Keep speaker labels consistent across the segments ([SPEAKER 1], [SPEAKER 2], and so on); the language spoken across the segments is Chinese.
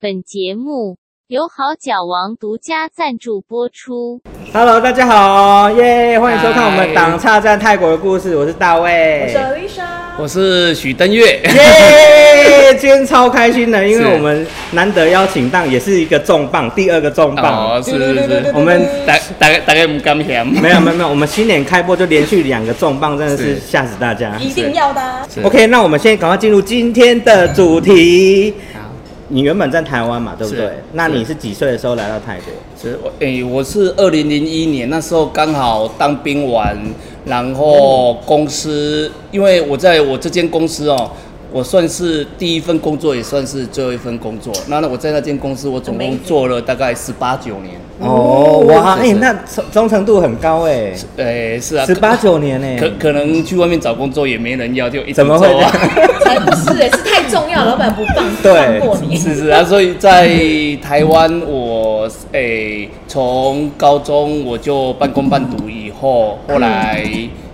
[SPEAKER 1] 本节目由好脚王独家赞助播出。
[SPEAKER 2] Hello，大家好，耶！欢迎收看我们
[SPEAKER 3] 嗨
[SPEAKER 2] 《党差战泰国的故事》，我是大卫。
[SPEAKER 4] Alisa，
[SPEAKER 3] 我是许登月，
[SPEAKER 2] 耶！今天超开心的，因为
[SPEAKER 3] 是
[SPEAKER 2] 我们难得邀请到，也是一个重磅，第二个重磅。
[SPEAKER 3] 哦，是是是，
[SPEAKER 2] 我们
[SPEAKER 3] 大大概大概唔甘嫌，
[SPEAKER 2] 没有没有没有，我们新年开播就连续两个重磅，真的是
[SPEAKER 3] 是
[SPEAKER 2] 吓死大家。
[SPEAKER 4] 一定要的啊。
[SPEAKER 3] 是
[SPEAKER 2] OK，那我们现在赶快进入今天的主题。
[SPEAKER 3] 好
[SPEAKER 2] 你原本在台湾嘛，对不对
[SPEAKER 3] 是？
[SPEAKER 2] 那你是几岁的时候来到泰国？
[SPEAKER 3] 是我诶、我是二零零一年那时候刚好当兵完，然后公司，因为我在我这间公司哦，我算是第一份工作，也算是最后一份工作。那我在那间公司，我总共
[SPEAKER 4] Amazing
[SPEAKER 3] 做了大概十八九年。
[SPEAKER 2] 哦，哇，
[SPEAKER 3] 是
[SPEAKER 2] 哎，
[SPEAKER 3] 是
[SPEAKER 2] 那忠忠诚度很高哎，
[SPEAKER 3] 诶、是啊，
[SPEAKER 2] 十八九年哎，
[SPEAKER 3] 可可能去外面找工作也没人要，就一直
[SPEAKER 2] 怎么会
[SPEAKER 3] 做啊
[SPEAKER 2] 这样？
[SPEAKER 4] 才不是哎，是太重要，老板不放
[SPEAKER 2] 对
[SPEAKER 4] 放过 你。
[SPEAKER 3] 是是啊，所以在台湾我诶从、高中我就半工半读，以后后来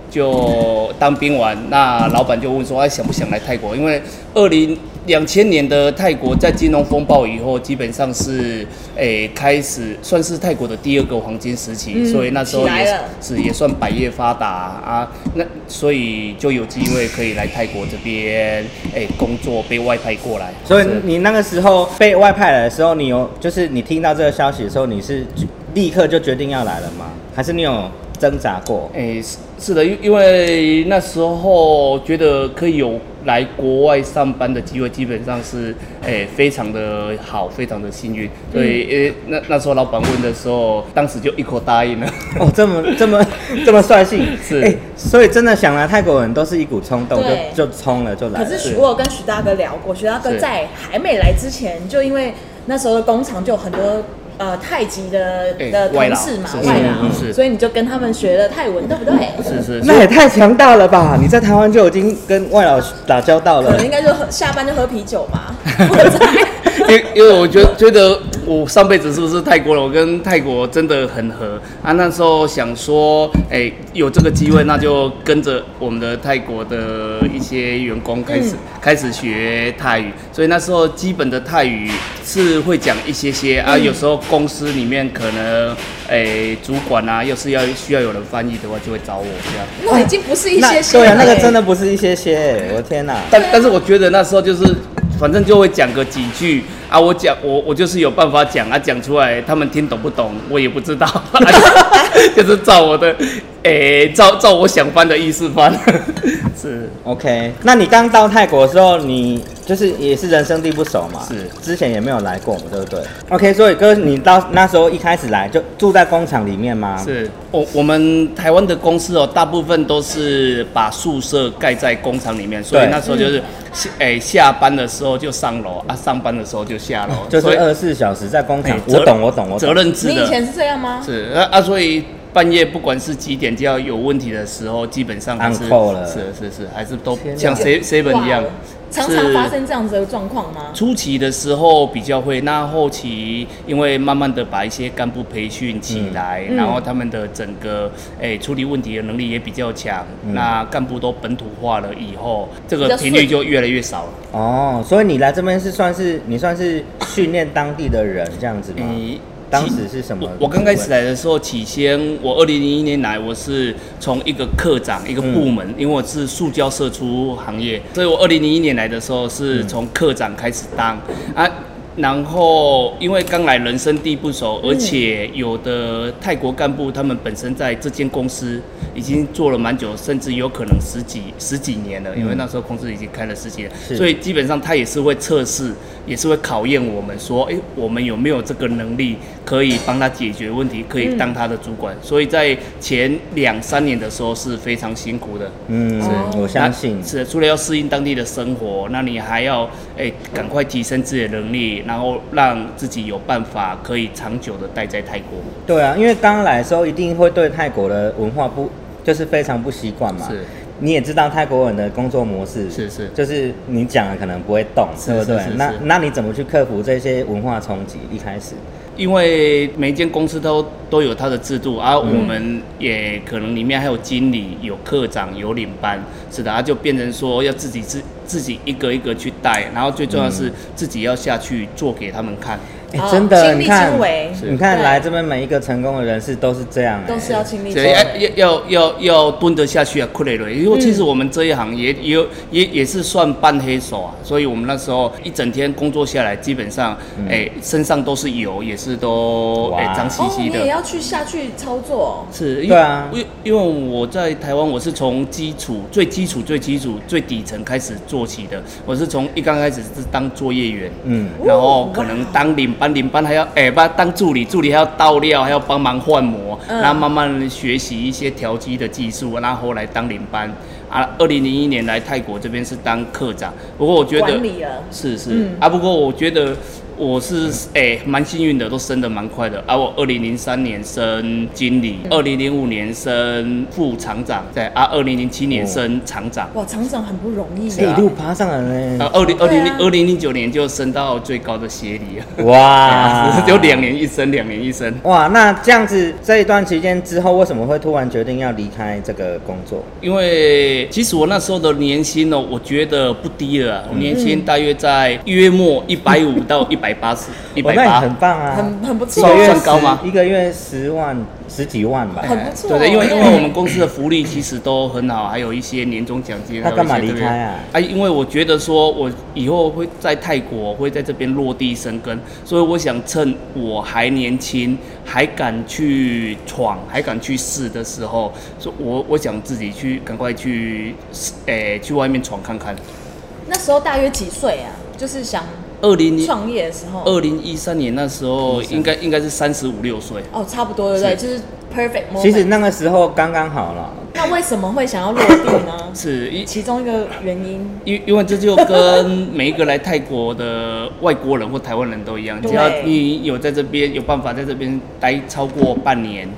[SPEAKER 3] 就当兵完，那老板就问说，哎、想不想来泰国？因为二零两千年的泰国在金融风暴以后，基本上是诶、开始算是泰国的第二个黄金时期，
[SPEAKER 4] 嗯
[SPEAKER 3] 所以那时候
[SPEAKER 4] 起来
[SPEAKER 3] 也是
[SPEAKER 4] 了
[SPEAKER 3] 是也算百业发达啊，那所以就有机会可以来泰国这边诶、工作，被外派过来，
[SPEAKER 2] 所以
[SPEAKER 3] 是
[SPEAKER 2] 你那个时候被外派来的时候，你有就是你听到这个消息的时候，你是立刻就决定要来了吗？还是你有挣扎
[SPEAKER 4] 哎
[SPEAKER 2] 过？
[SPEAKER 3] 诶、哎是是的，因因为那时候觉得可以有来国外上班的机会，基本上是诶、非常的好，非常的幸运。所以诶、那那时候老板问的时候，当时就一口答应了。
[SPEAKER 2] 哦，这么这么这么率性
[SPEAKER 3] 是
[SPEAKER 2] 哎所以真的想来泰国人都是一股冲动，
[SPEAKER 4] 对
[SPEAKER 2] 就就冲了就来
[SPEAKER 4] 可
[SPEAKER 2] 了。
[SPEAKER 4] 是许我有跟许大哥聊过，许大哥
[SPEAKER 3] 是
[SPEAKER 4] 在还没来之前，就因为那时候的工厂就有很多呃太极的
[SPEAKER 3] 哎
[SPEAKER 4] 的
[SPEAKER 3] 外
[SPEAKER 4] 同
[SPEAKER 3] 劳
[SPEAKER 4] 事嘛
[SPEAKER 3] 是，
[SPEAKER 4] 外
[SPEAKER 3] 是
[SPEAKER 4] 劳，
[SPEAKER 3] 是
[SPEAKER 4] 所以你就跟他们学了泰文，对不对？
[SPEAKER 3] 是是，
[SPEAKER 2] 那也太强大了吧！你在台湾就已经跟外老打交道
[SPEAKER 4] 可
[SPEAKER 2] 了
[SPEAKER 4] 能，应该就喝下班就喝啤酒 吧，我猜。
[SPEAKER 3] 因为因为我觉觉得我上辈子是不是泰国人？我跟泰国真的很合啊。那时候想说，哎、有这个机会，那就跟着我们的泰国的一些员工开始、
[SPEAKER 4] 嗯
[SPEAKER 3] 开始学泰语，所以那时候基本的泰语是会讲一些些啊。有时候公司里面可能，哎、主管啊，要是要需要有人翻译的话，就会找我这样。
[SPEAKER 4] 那已经不是一
[SPEAKER 2] 那
[SPEAKER 4] 些些
[SPEAKER 2] 对啊，那个
[SPEAKER 4] 了欸
[SPEAKER 2] 真的不是一些些，我的天哪、
[SPEAKER 3] 但但是我觉得那时候就是，反正就会讲个几句啊，我讲我我就是有办法讲啊，讲出来他们听懂不懂我也不知道， 就是照我的，诶、照照我想翻的意思翻， 是
[SPEAKER 2] OK，那你刚到泰国的时候，你就是也是人生地不熟嘛，
[SPEAKER 3] 是
[SPEAKER 2] 之前也没有来过嘛，对不对？OK，所以哥，你到那时候一开始来就住在工厂里面吗？，
[SPEAKER 3] 是，我我们台湾的公司哦，大部分都是把宿舍盖在工厂里面，所以
[SPEAKER 2] 对嗯
[SPEAKER 3] 那时候就是，下诶、下班的时候就上楼啊，上班的时候就下楼，
[SPEAKER 2] 就
[SPEAKER 3] 所以
[SPEAKER 2] 是二十四小时在工厂
[SPEAKER 3] 哎。
[SPEAKER 2] 我
[SPEAKER 3] 责
[SPEAKER 2] 懂，我懂，我
[SPEAKER 3] 责
[SPEAKER 2] 懂。
[SPEAKER 3] 任制
[SPEAKER 4] 你
[SPEAKER 3] 的。
[SPEAKER 4] 以前是这样吗？
[SPEAKER 3] 是啊啊，所以半夜不管是几点，只要有问题的时候，基本上还是
[SPEAKER 2] On call 了
[SPEAKER 3] 是是是，还是都
[SPEAKER 2] 天哪
[SPEAKER 3] 像 C seven 一样
[SPEAKER 4] 哇，常常
[SPEAKER 3] 是
[SPEAKER 4] 发生这样子的状况吗？
[SPEAKER 3] 初期的时候比较会，那后期因为慢慢的把一些干部培训起来，
[SPEAKER 4] 嗯
[SPEAKER 3] 然后他们的整个诶、处理问题的能力也比较强，
[SPEAKER 2] 嗯
[SPEAKER 3] 那干部都本土化了以后，这
[SPEAKER 4] 比
[SPEAKER 3] 个
[SPEAKER 4] 较
[SPEAKER 3] 频率
[SPEAKER 4] 顺
[SPEAKER 3] 就越来越少了。
[SPEAKER 2] 哦，所以你来这边是算是你算是训练当地的人这样子吗？
[SPEAKER 3] 诶
[SPEAKER 2] 当时是什么
[SPEAKER 3] 哎我我刚开始来的时候，起先我二零零一年来，我是从一个科长一个
[SPEAKER 2] 嗯
[SPEAKER 3] 部门，因为我是塑胶射出行业，所以我二零零一年来的时候
[SPEAKER 2] 嗯
[SPEAKER 3] 是从科长开始当、啊。然后，因为刚来人生地不熟，
[SPEAKER 2] 嗯
[SPEAKER 3] 而且有的泰国干部他们本身在这间公司已经做了蛮久，甚至有可能十几十几年了，因为
[SPEAKER 2] 嗯
[SPEAKER 3] 那时候公司已经开了十几年，
[SPEAKER 2] 是
[SPEAKER 3] 所以基本上他也是会测试，也是会考验我们说，诶，我们有没有这个能力可以帮他解决问题，可
[SPEAKER 2] 嗯
[SPEAKER 3] 以当他的主管。所以在前两三年的时候是非常辛苦的。
[SPEAKER 2] 嗯，
[SPEAKER 4] 是
[SPEAKER 2] 我相信
[SPEAKER 3] 那是除了要适应当地的生活，那你还要诶赶快提升自己的能力，然后让自己有办法可以长久的待在泰国。
[SPEAKER 2] 对啊，因为刚来的时候一定会对泰国的文化不就是非常不习惯嘛。
[SPEAKER 3] 是
[SPEAKER 2] 你也知道泰国人的工作模式
[SPEAKER 3] 是是
[SPEAKER 2] 就是你讲了可能不会动，
[SPEAKER 3] 是
[SPEAKER 2] 对不对？
[SPEAKER 3] 是是是
[SPEAKER 2] 那那你怎么去克服这些文化冲击？一开始，
[SPEAKER 3] 因为每一间公司都都有它的制度，而、啊、
[SPEAKER 4] 嗯
[SPEAKER 3] 我们也可能里面还有经理、有科长、有领班，是的，啊，就变成说要自己自自己一个一个去带，然后最重要是自己要下去做给他们看。
[SPEAKER 2] 哎、
[SPEAKER 4] 哦
[SPEAKER 2] 真的，
[SPEAKER 4] 亲力
[SPEAKER 2] 你看
[SPEAKER 4] 亲为，
[SPEAKER 2] 你看
[SPEAKER 4] 对
[SPEAKER 2] 来这边每一个成功的人士都是这样、哎
[SPEAKER 4] 都是要亲力亲
[SPEAKER 3] 所以哎
[SPEAKER 4] 为。
[SPEAKER 3] 要要要要蹲得下去啊，困累了。因为其
[SPEAKER 4] 嗯
[SPEAKER 3] 实我们这一行也也有也也是算半黑手啊，所以我们那时候一整天工作下来，基本上哎、身上都是油，也是都哎
[SPEAKER 2] 哇
[SPEAKER 3] 脏兮
[SPEAKER 4] 哦，
[SPEAKER 3] 兮
[SPEAKER 4] 你
[SPEAKER 3] 的。
[SPEAKER 4] 也要去下去操作
[SPEAKER 3] 是，因为
[SPEAKER 2] 对啊
[SPEAKER 3] 因因为我在台湾，我是从基础最基础最基础最底层开始做起的。我是从一刚开始是当作业员，
[SPEAKER 2] 嗯，
[SPEAKER 3] 然后可能当领班，领班还要哎，帮、当助理，助理还要倒料，还要帮忙换模，
[SPEAKER 4] 嗯
[SPEAKER 3] 然后慢慢学习一些调机的技术，然后后来当领班。啊，二零零一年来泰国这边是当课长，不过我觉得
[SPEAKER 4] 管理了。
[SPEAKER 3] 是是、
[SPEAKER 4] 嗯
[SPEAKER 3] 啊，不过我觉得我是哎蛮、幸运的，都升的蛮快的啊。我二零零三年升经理，二零零五年升副厂长，对啊，二零零七
[SPEAKER 2] 哦
[SPEAKER 3] 年升厂长，
[SPEAKER 4] 哇，厂长很不容易
[SPEAKER 2] 哎
[SPEAKER 4] 耶。
[SPEAKER 3] 啊
[SPEAKER 2] 一路爬上来呢、
[SPEAKER 3] 啊，二零二
[SPEAKER 4] 对
[SPEAKER 3] 零零
[SPEAKER 4] 啊
[SPEAKER 3] 二零零九年就升到最高的协理了。
[SPEAKER 2] 哇，
[SPEAKER 3] 就两年一升，两年一升。
[SPEAKER 2] 哇，那这样子这一段期间之后，为什么会突然决定要离开这个工作？
[SPEAKER 3] 因为其实我那时候的年薪呢，我觉得不低了啊，我年
[SPEAKER 4] 嗯
[SPEAKER 3] 薪大约在约莫一百五到一百八十，一
[SPEAKER 2] 我
[SPEAKER 3] 百
[SPEAKER 2] 那也
[SPEAKER 3] 八
[SPEAKER 2] 很棒啊，
[SPEAKER 4] 很很不
[SPEAKER 2] 一
[SPEAKER 4] 错
[SPEAKER 2] 个
[SPEAKER 3] 算
[SPEAKER 2] 月
[SPEAKER 3] 算高吗
[SPEAKER 2] 十一个月十万、十几万吧。
[SPEAKER 4] 很不错
[SPEAKER 2] 哦
[SPEAKER 3] 哎对
[SPEAKER 4] 哦
[SPEAKER 3] 对，因为因为我们公司的福利其实都很好，还有一些年终奖金。
[SPEAKER 2] 那干嘛
[SPEAKER 3] 还有一些
[SPEAKER 2] 离开啊？
[SPEAKER 3] 对不对啊，因为我觉得说我以后会在泰国，会在这边落地生根，所以我想趁我还年轻，还敢去闯，还敢去试的时候，说我我想自己去赶快去，诶、去外面闯看看。
[SPEAKER 4] 那时候大约几岁啊？就是想
[SPEAKER 3] 二零零
[SPEAKER 4] 创业的时候。
[SPEAKER 3] 二零一三年那时候应该应该是三十五六岁。
[SPEAKER 4] 哦，差不多对不对？
[SPEAKER 3] 是？
[SPEAKER 4] 就是 perfect moment。
[SPEAKER 2] 其实那个时候刚刚好了，
[SPEAKER 4] 那为什么会想要落地呢
[SPEAKER 3] 是一
[SPEAKER 4] 其中一个 原因，
[SPEAKER 3] 因因为这就跟每一个来泰国的外国人或台湾人都一样，
[SPEAKER 4] 对
[SPEAKER 3] 只要你有在这边有办法在这边待超过半年。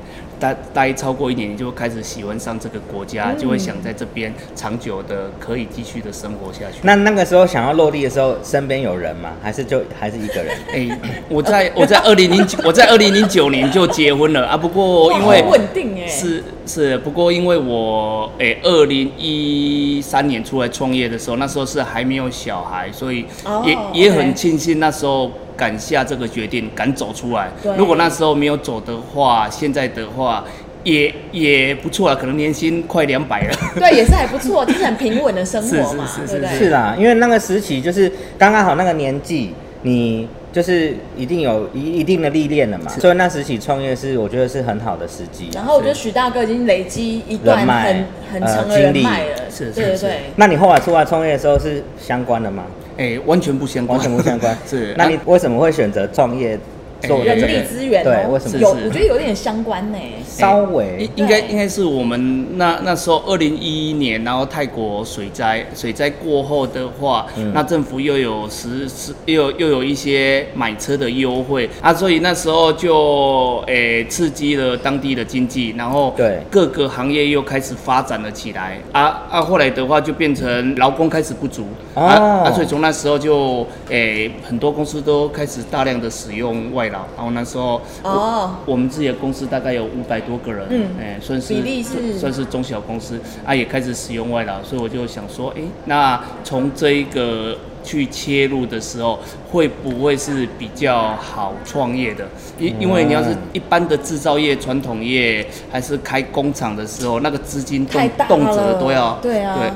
[SPEAKER 3] 待待超过一年，你就会开始喜欢上这个国家，就会想在这边长久的可以继续的生活下去。
[SPEAKER 2] 那那个时候想要落地的时候，身边有人吗？还是就还是一个人？
[SPEAKER 3] 哎、我在我在二零零九我在二零零九年就结婚了啊，不
[SPEAKER 2] 哦
[SPEAKER 3] 过因为
[SPEAKER 4] 哇好稳定哎，
[SPEAKER 3] 是是，不过因为我诶，二零一三年出来创业的时候，那时候是还没有小孩，所以
[SPEAKER 4] 哦
[SPEAKER 3] 也、也
[SPEAKER 4] OK
[SPEAKER 3] 很庆幸那时候敢下这个决定，敢走出来
[SPEAKER 4] 对。
[SPEAKER 3] 如果那时候没有走的话，现在的话也也不错了，啊可能年薪快两百了。
[SPEAKER 4] 对，也是还不错，就是很平稳的生活嘛，
[SPEAKER 3] 是是是
[SPEAKER 4] 对不对？
[SPEAKER 2] 是啦，因为那个时期就是刚刚好那个年纪，你就是一定有一一定的历练了嘛，所以那时期创业是我觉得是很好的时机。
[SPEAKER 4] 然后我觉得许大哥已经累积一段
[SPEAKER 2] 人脉
[SPEAKER 4] 很很长的
[SPEAKER 2] 呃
[SPEAKER 4] 人
[SPEAKER 2] 经历
[SPEAKER 4] 脉了，
[SPEAKER 3] 是是
[SPEAKER 4] 对对
[SPEAKER 3] 是
[SPEAKER 4] 对。
[SPEAKER 2] 那你后来出来创业的时候是相关的 吗？
[SPEAKER 3] 哎、完全不相关，。
[SPEAKER 2] 完全不相关
[SPEAKER 3] 是，
[SPEAKER 2] 那你为什么会选择创业做的
[SPEAKER 4] 啊人
[SPEAKER 2] 这
[SPEAKER 4] 力
[SPEAKER 2] 个？
[SPEAKER 4] 资源、哦、
[SPEAKER 2] 对为什么
[SPEAKER 4] 有？哎
[SPEAKER 3] 是是
[SPEAKER 4] 我觉得有点相关呢、
[SPEAKER 2] 稍
[SPEAKER 3] 应
[SPEAKER 2] 微
[SPEAKER 3] 哎应该
[SPEAKER 4] 对
[SPEAKER 3] 应该是我们那那时候二零一一年，然后泰国水灾，水灾过后的话，
[SPEAKER 2] 嗯
[SPEAKER 3] 那政府又有实施又有又有一些买车的优惠啊，所以那时候就诶、刺激了当地的经济，然后
[SPEAKER 2] 对
[SPEAKER 3] 各个行业又开始发展了起来啊啊，后来的话就变成劳工开始不足、
[SPEAKER 2] 哦
[SPEAKER 3] 啊啊，所以从那时候就诶、很多公司都开始大量的使用外劳，然后那时候我
[SPEAKER 4] 哦
[SPEAKER 3] 我们自己的公司大概有五百多个人，
[SPEAKER 4] 嗯
[SPEAKER 3] 哎、算是
[SPEAKER 4] 比例是
[SPEAKER 3] 算是中小公司啊，也开始使用外劳，所以我就想说，哎、那从这一个去切入的时候，会不会是比较好创业的？因因为你要是一般的制造业、传统业，还是开工厂的时候，那个资金动
[SPEAKER 4] 太大
[SPEAKER 3] 动
[SPEAKER 4] 了
[SPEAKER 3] 辄都要
[SPEAKER 4] 对啊嗯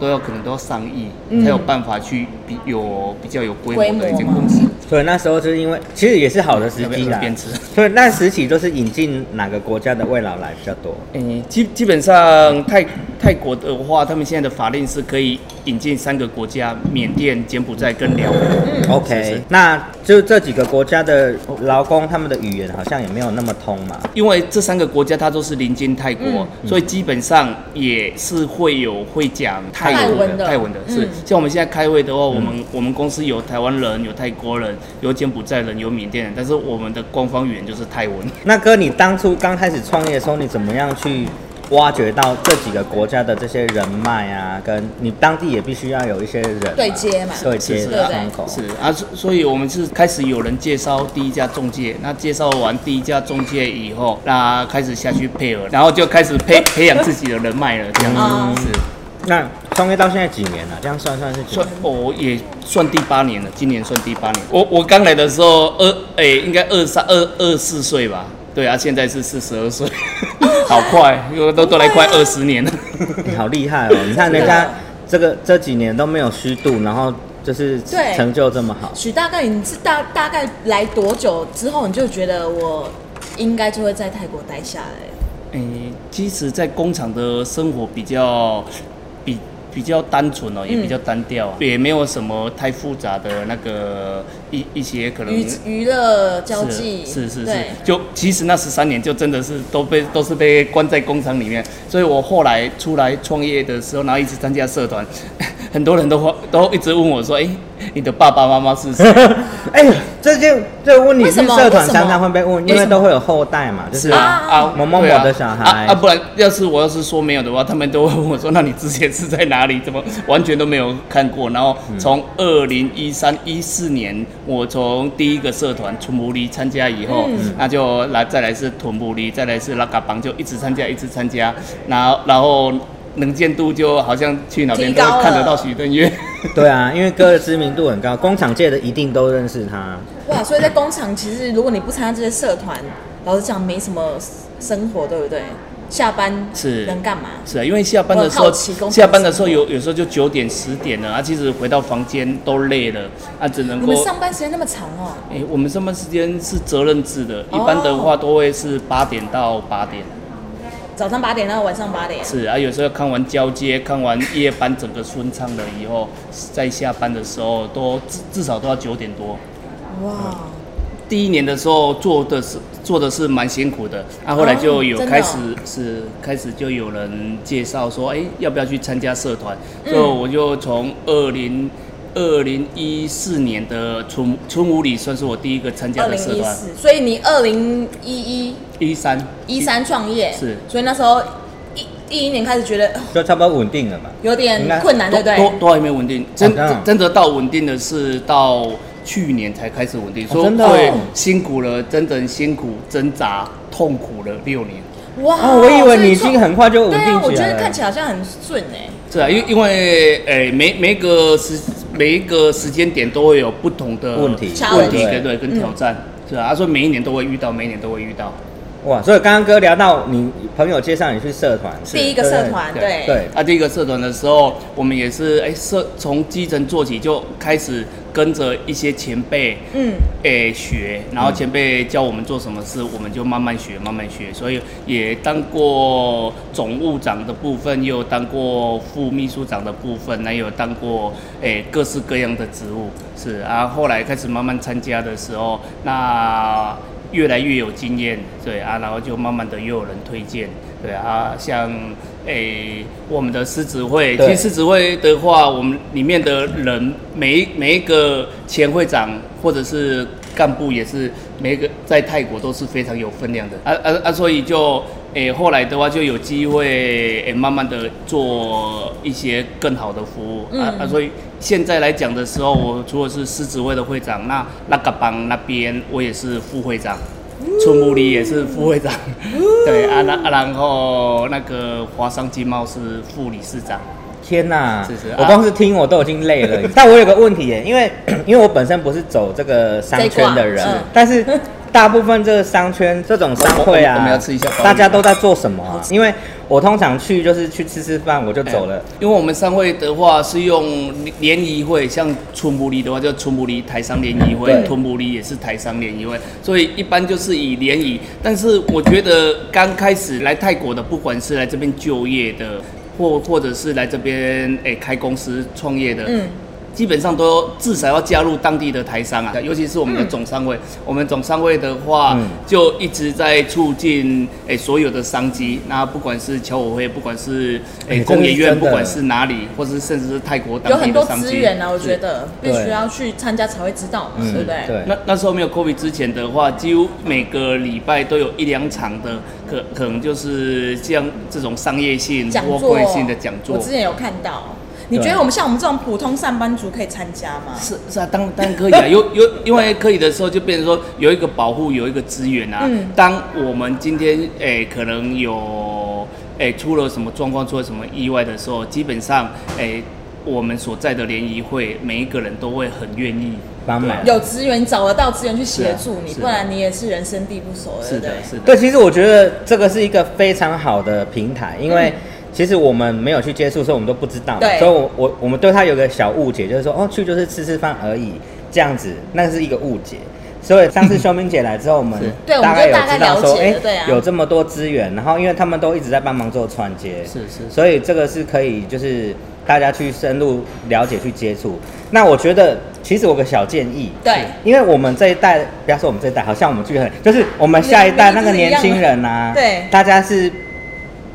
[SPEAKER 3] 都要可能都要上亿，才有办法去比有比较有规模的一
[SPEAKER 4] 规
[SPEAKER 3] 间
[SPEAKER 4] 模嘛
[SPEAKER 3] 公司。
[SPEAKER 2] 所以那时候就是因为其实也是好的时机
[SPEAKER 3] 要
[SPEAKER 2] 啦
[SPEAKER 3] 不要。边吃
[SPEAKER 2] 所以那时期都是引进哪个国家的外劳来比较多？
[SPEAKER 3] 诶，基基本上泰泰国的话，他们现在的法令是可以引进三个国家：缅甸、柬埔寨跟辽国。
[SPEAKER 2] OK，
[SPEAKER 3] 是是
[SPEAKER 2] 那就这几个国家的劳工，他们的语言好像也没有那么通嘛。
[SPEAKER 3] 因为这三个国家它都是邻近泰国，所以基本上也是会有会讲泰
[SPEAKER 4] 泰文
[SPEAKER 3] 文
[SPEAKER 4] 的
[SPEAKER 3] 的。泰文的嗯是
[SPEAKER 4] 嗯，
[SPEAKER 3] 像我们现在开会的话，我们我们公司有台湾人、有泰国人、有柬埔寨人、有缅甸人，但是我们的官方语言就是泰文。
[SPEAKER 2] 那哥，你当初刚开始创业的时候，你怎么样去挖掘到这几个国家的这些人脉啊？跟你当地也必须要有一些人嘛
[SPEAKER 4] 对接嘛
[SPEAKER 2] 对
[SPEAKER 3] 是
[SPEAKER 2] 接
[SPEAKER 3] 是
[SPEAKER 2] 的
[SPEAKER 4] 对对
[SPEAKER 2] 窗口。
[SPEAKER 3] 是啊，所所以我们是开始有人介绍第一家中介，那介绍完第一家中介以后，那开始下去配合，然后就开始培培养自己的人脉了，这样子、
[SPEAKER 4] 嗯
[SPEAKER 3] 是。
[SPEAKER 2] 那创业到现在几年啊了？这样算算是几
[SPEAKER 3] 算
[SPEAKER 2] 年？
[SPEAKER 3] 我也算第八年了，今年算第八年。我我刚来的时候二哎、应该二三二二四岁吧，对啊，现在是四十二岁， 好快，因为都都来快二十年了。
[SPEAKER 2] 你好厉害哦！你看人
[SPEAKER 4] 真
[SPEAKER 2] 家
[SPEAKER 4] 的
[SPEAKER 2] 这个这几年都没有虚度，然后就是
[SPEAKER 4] 对
[SPEAKER 2] 成就这么好。
[SPEAKER 4] 许大概你是大大概来多久之后，你就觉得我应该就会在泰国待下来？
[SPEAKER 3] 诶、其实，在工厂的生活比较比比较单纯哦，也
[SPEAKER 4] 嗯
[SPEAKER 3] 比较单调、啊，也没有什么太复杂的那个一一些可能
[SPEAKER 4] 娱
[SPEAKER 2] 嗯
[SPEAKER 4] 娱乐交际
[SPEAKER 3] 是是是是
[SPEAKER 4] 对，
[SPEAKER 3] 就其实那十三年就真的是都被都是被关在工厂里面，所以我后来出来创业的时候，然后一直参加社团， 很多人都会都一直问我说：“哎、你的爸爸妈妈是谁？”
[SPEAKER 2] 哎呦，这件这个问题
[SPEAKER 4] 为
[SPEAKER 2] 是
[SPEAKER 4] 什么
[SPEAKER 2] 社团
[SPEAKER 4] 为什么
[SPEAKER 2] 常常会被问，因
[SPEAKER 4] 为
[SPEAKER 2] 为
[SPEAKER 4] 什么
[SPEAKER 2] 都会有后代嘛，就是是
[SPEAKER 3] 啊
[SPEAKER 4] 啊
[SPEAKER 3] 啊，
[SPEAKER 2] 某某某
[SPEAKER 3] 对啊
[SPEAKER 2] 的小孩
[SPEAKER 3] 啊啊，不然要是我要是说没有的话，他们都会问我说，那你之前是在哪里？怎么完全都没有看过？然后
[SPEAKER 4] 嗯
[SPEAKER 3] 从二零一三一四年，我从第一个社团屯埔里参加以后，
[SPEAKER 4] 嗯
[SPEAKER 3] 那就来再来是屯埔里，再来是拉嘎邦，就一直参加，一直参加，然后然后能见度就好像去哪边
[SPEAKER 4] 提
[SPEAKER 3] 都
[SPEAKER 4] 高了
[SPEAKER 3] 看得到许登月。
[SPEAKER 2] 对啊，因为哥的知名度很高，工厂界的一定都认识他。
[SPEAKER 4] 哇，所以在工厂其实如果你不参加这些社团，老实讲没什么生活，对不对？下班
[SPEAKER 3] 是
[SPEAKER 4] 能干嘛？
[SPEAKER 3] 是啊，因为下班的时候，
[SPEAKER 4] 我很好奇工厂
[SPEAKER 3] 下班的时候有有时候就九点十点了啊，其实回到房间都累了啊，只能
[SPEAKER 4] 你
[SPEAKER 3] 够
[SPEAKER 4] 们上班时间那么长哦、
[SPEAKER 3] 诶、哎我们上班时间是责任制的，一
[SPEAKER 4] 哦
[SPEAKER 3] 般的话都会是八点到八点。
[SPEAKER 4] 早上八点到晚上八点，
[SPEAKER 3] 是啊，有时候看完交接、看完夜班整个顺畅了以后，在下班的时候都至至少都要九点多。
[SPEAKER 4] 哇，
[SPEAKER 2] 嗯
[SPEAKER 3] 第一年的时候做的是做的是蛮辛苦的，啊，后来就有
[SPEAKER 4] 哦真的
[SPEAKER 3] 开始、是开始就有人介绍说，哎、要不要去参加社团？
[SPEAKER 4] 嗯
[SPEAKER 3] 所以我就从二零二零一四年的春春舞里算是我第一个参加
[SPEAKER 4] 二
[SPEAKER 3] 的
[SPEAKER 4] 零
[SPEAKER 3] 社
[SPEAKER 4] 一
[SPEAKER 3] 团，
[SPEAKER 4] 四，所以你二零一一
[SPEAKER 3] 一三
[SPEAKER 4] 一三创业，
[SPEAKER 3] 是
[SPEAKER 4] 所以那时候一第一年开始觉得呃
[SPEAKER 2] 就差不多稳定了嘛。
[SPEAKER 4] 有
[SPEAKER 2] 应
[SPEAKER 4] 点
[SPEAKER 2] 该
[SPEAKER 4] 困难，对
[SPEAKER 3] 都
[SPEAKER 4] 不对？
[SPEAKER 3] 都都还没稳定，真
[SPEAKER 2] 这样
[SPEAKER 3] 真的到稳定的是到去年才开始稳定，
[SPEAKER 2] 真的哦
[SPEAKER 3] 对辛苦了，真的很辛苦，挣扎痛苦了六年。
[SPEAKER 4] 哇
[SPEAKER 2] 哦，我以为你已
[SPEAKER 4] 所
[SPEAKER 2] 经
[SPEAKER 4] 创
[SPEAKER 2] 很快就稳
[SPEAKER 4] 对啊，我
[SPEAKER 2] 定起
[SPEAKER 4] 觉
[SPEAKER 2] 来
[SPEAKER 4] 得
[SPEAKER 2] 了
[SPEAKER 4] 看。起来好像很顺哎、
[SPEAKER 3] 是啊，因因为诶、每每个时每一个时间点都会有不同的
[SPEAKER 2] 问题
[SPEAKER 3] 问题
[SPEAKER 4] Challenge
[SPEAKER 3] 跟对跟挑战，是啊，他说每一年都会遇到，每一年都会遇到。
[SPEAKER 2] 哇，所以刚刚哥聊到你朋友介绍你去社团，
[SPEAKER 4] 第一个社团，
[SPEAKER 3] 对
[SPEAKER 4] 对
[SPEAKER 2] 对，对，
[SPEAKER 3] 啊，第一个社团的时候，我们也是诶、社从基层做起，就开始跟着一些前辈，
[SPEAKER 4] 嗯，
[SPEAKER 3] 诶、学，然后前辈教我们做什么事，我们就慢慢学，慢慢学。所以也当过总务长的部分，也有当过副秘书长的部分，那也有当过诶、各式各样的职务。是啊，后来开始慢慢参加的时候，那越来越有经验，对啊，然后就慢慢的又有人推荐，对啊，像诶、我们的狮子会，
[SPEAKER 2] 对
[SPEAKER 3] 其实狮子会的话，我们里面的人每一每一个前会长或者是干部也是每一个在泰国都是非常有分量的，啊啊啊，所以就诶、后来的话就有机会诶、慢慢的做一些更好的服务，啊啊，所以现在来讲的时候，我除了是狮子会的会长，那那嘎邦那边我也是副会长。春木里也是副会长，对啊，然啊然后那个华商经贸是副理事长，
[SPEAKER 2] 天呐！
[SPEAKER 3] 是是
[SPEAKER 2] 我
[SPEAKER 3] 啊
[SPEAKER 2] 光是听我都已经累了。 但我有个问题耶，因为因为我本身不是走这个商圈的人
[SPEAKER 4] 这一挂嗯，
[SPEAKER 2] 但是大部分这个商圈这种商会
[SPEAKER 3] 我我我
[SPEAKER 2] 啊
[SPEAKER 3] 们要吃一下鲍鱼，
[SPEAKER 2] 大家都在做什么啊？因为我通常去就是去吃吃饭，我就走了
[SPEAKER 3] 哎。因为我们商会的话是用联谊会，像春木里的话叫春木里台商联谊会
[SPEAKER 2] 对，
[SPEAKER 3] 屯木里也是台商联谊会，所以一般就是以联谊。但是我觉得刚开始来泰国的，不管是来这边就业的，或或者是来这边哎、开公司创业的，
[SPEAKER 4] 嗯，
[SPEAKER 3] 基本上都至少要加入当地的台商
[SPEAKER 4] 嗯
[SPEAKER 3] 啊，尤其是我们的总商会。我们总商会的话，
[SPEAKER 2] 嗯
[SPEAKER 3] 就一直在促进诶、所有的商机。那不管是侨委会，不管是诶、
[SPEAKER 2] 哎
[SPEAKER 3] 工
[SPEAKER 2] 这个
[SPEAKER 3] 业
[SPEAKER 2] 是
[SPEAKER 3] 院，
[SPEAKER 2] 真的
[SPEAKER 3] 不管是哪里，或是甚至是泰国
[SPEAKER 4] 有
[SPEAKER 3] 当地
[SPEAKER 4] 很
[SPEAKER 3] 的
[SPEAKER 4] 多
[SPEAKER 3] 商机。
[SPEAKER 4] 资源啊，我觉得必须
[SPEAKER 2] 对
[SPEAKER 4] 要去参加才会知道嘛，
[SPEAKER 3] 嗯
[SPEAKER 4] 对不对？
[SPEAKER 2] 嗯对
[SPEAKER 3] 那那时候没有 COVID 之前的话，几乎每个礼拜都有一两场的，可可能就是像这种商业性、
[SPEAKER 4] 讲
[SPEAKER 3] 或
[SPEAKER 4] 座
[SPEAKER 3] 会性的讲座。
[SPEAKER 4] 我之前有看到。你觉得我们像我们这种普通上班族可以参加吗？
[SPEAKER 3] 是是啊，当当然可以啊，有有，因为可以的时候就变成说有一个保护，有一个资源啊。
[SPEAKER 4] 嗯
[SPEAKER 3] 当我们今天诶、可能有诶、哎、出了什么状况，出了什么意外的时候，基本上哎、我们所在的联谊会每一个人都会很愿意
[SPEAKER 2] 帮忙
[SPEAKER 3] 对
[SPEAKER 4] 有资源找得到资源去协助你，
[SPEAKER 3] 是啊是啊
[SPEAKER 4] 不然你也是人生地不熟的，
[SPEAKER 3] 是
[SPEAKER 4] 对不
[SPEAKER 3] 的，
[SPEAKER 4] 对
[SPEAKER 3] 是的，
[SPEAKER 2] 对，其实我觉得这个是一个非常好的平台，因为其实我们没有去接触，所以我们都不知道嘛
[SPEAKER 4] 嗯对
[SPEAKER 2] 所以我我我们对它有个小误解，就是说哦，去就是吃吃饭而已，这样子，那是一个误解。所以上次修明姐来之后，我们
[SPEAKER 3] 是
[SPEAKER 4] 对我
[SPEAKER 2] 大
[SPEAKER 4] 们
[SPEAKER 2] 概
[SPEAKER 4] 就
[SPEAKER 2] 有
[SPEAKER 4] 大概
[SPEAKER 2] 知道说，
[SPEAKER 4] 了解
[SPEAKER 2] 哎
[SPEAKER 4] 了对啊
[SPEAKER 2] 有这么多资源，然后因为他们都一直在帮忙做串接，
[SPEAKER 3] 是是
[SPEAKER 2] 所以这个是可以就是大家去深入了解去接触。那我觉得其实我有个小建议，
[SPEAKER 4] 对
[SPEAKER 2] 因为我们这一代，不要说我们这一代，好像我们这个就是我们下一代那个年轻人啊，
[SPEAKER 4] 对
[SPEAKER 2] 大家是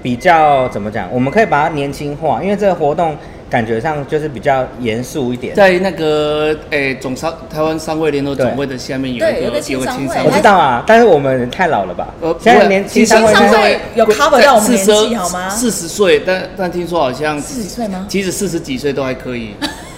[SPEAKER 2] 比较怎么讲？我们可以把它年轻化，因为这个活动感觉上就是比较严肃一点。
[SPEAKER 3] 在那个诶、总商台湾商会联合总会的下面有
[SPEAKER 4] 对
[SPEAKER 3] 一
[SPEAKER 4] 有
[SPEAKER 3] 个
[SPEAKER 4] 个青商
[SPEAKER 3] 青
[SPEAKER 4] 会
[SPEAKER 3] 商
[SPEAKER 2] 我知道啊，但是我们人太老了吧
[SPEAKER 3] 呃？
[SPEAKER 2] 现
[SPEAKER 3] 不
[SPEAKER 2] 在
[SPEAKER 3] 会
[SPEAKER 2] 年
[SPEAKER 3] 其
[SPEAKER 2] 轻商
[SPEAKER 3] 实
[SPEAKER 2] 会
[SPEAKER 4] 青
[SPEAKER 2] 现
[SPEAKER 4] 商
[SPEAKER 2] 在
[SPEAKER 4] 会有 cover 到我们年纪好吗？
[SPEAKER 3] 四十岁，但但听说好像
[SPEAKER 4] 40岁吗
[SPEAKER 3] 其实四十几岁都还可以。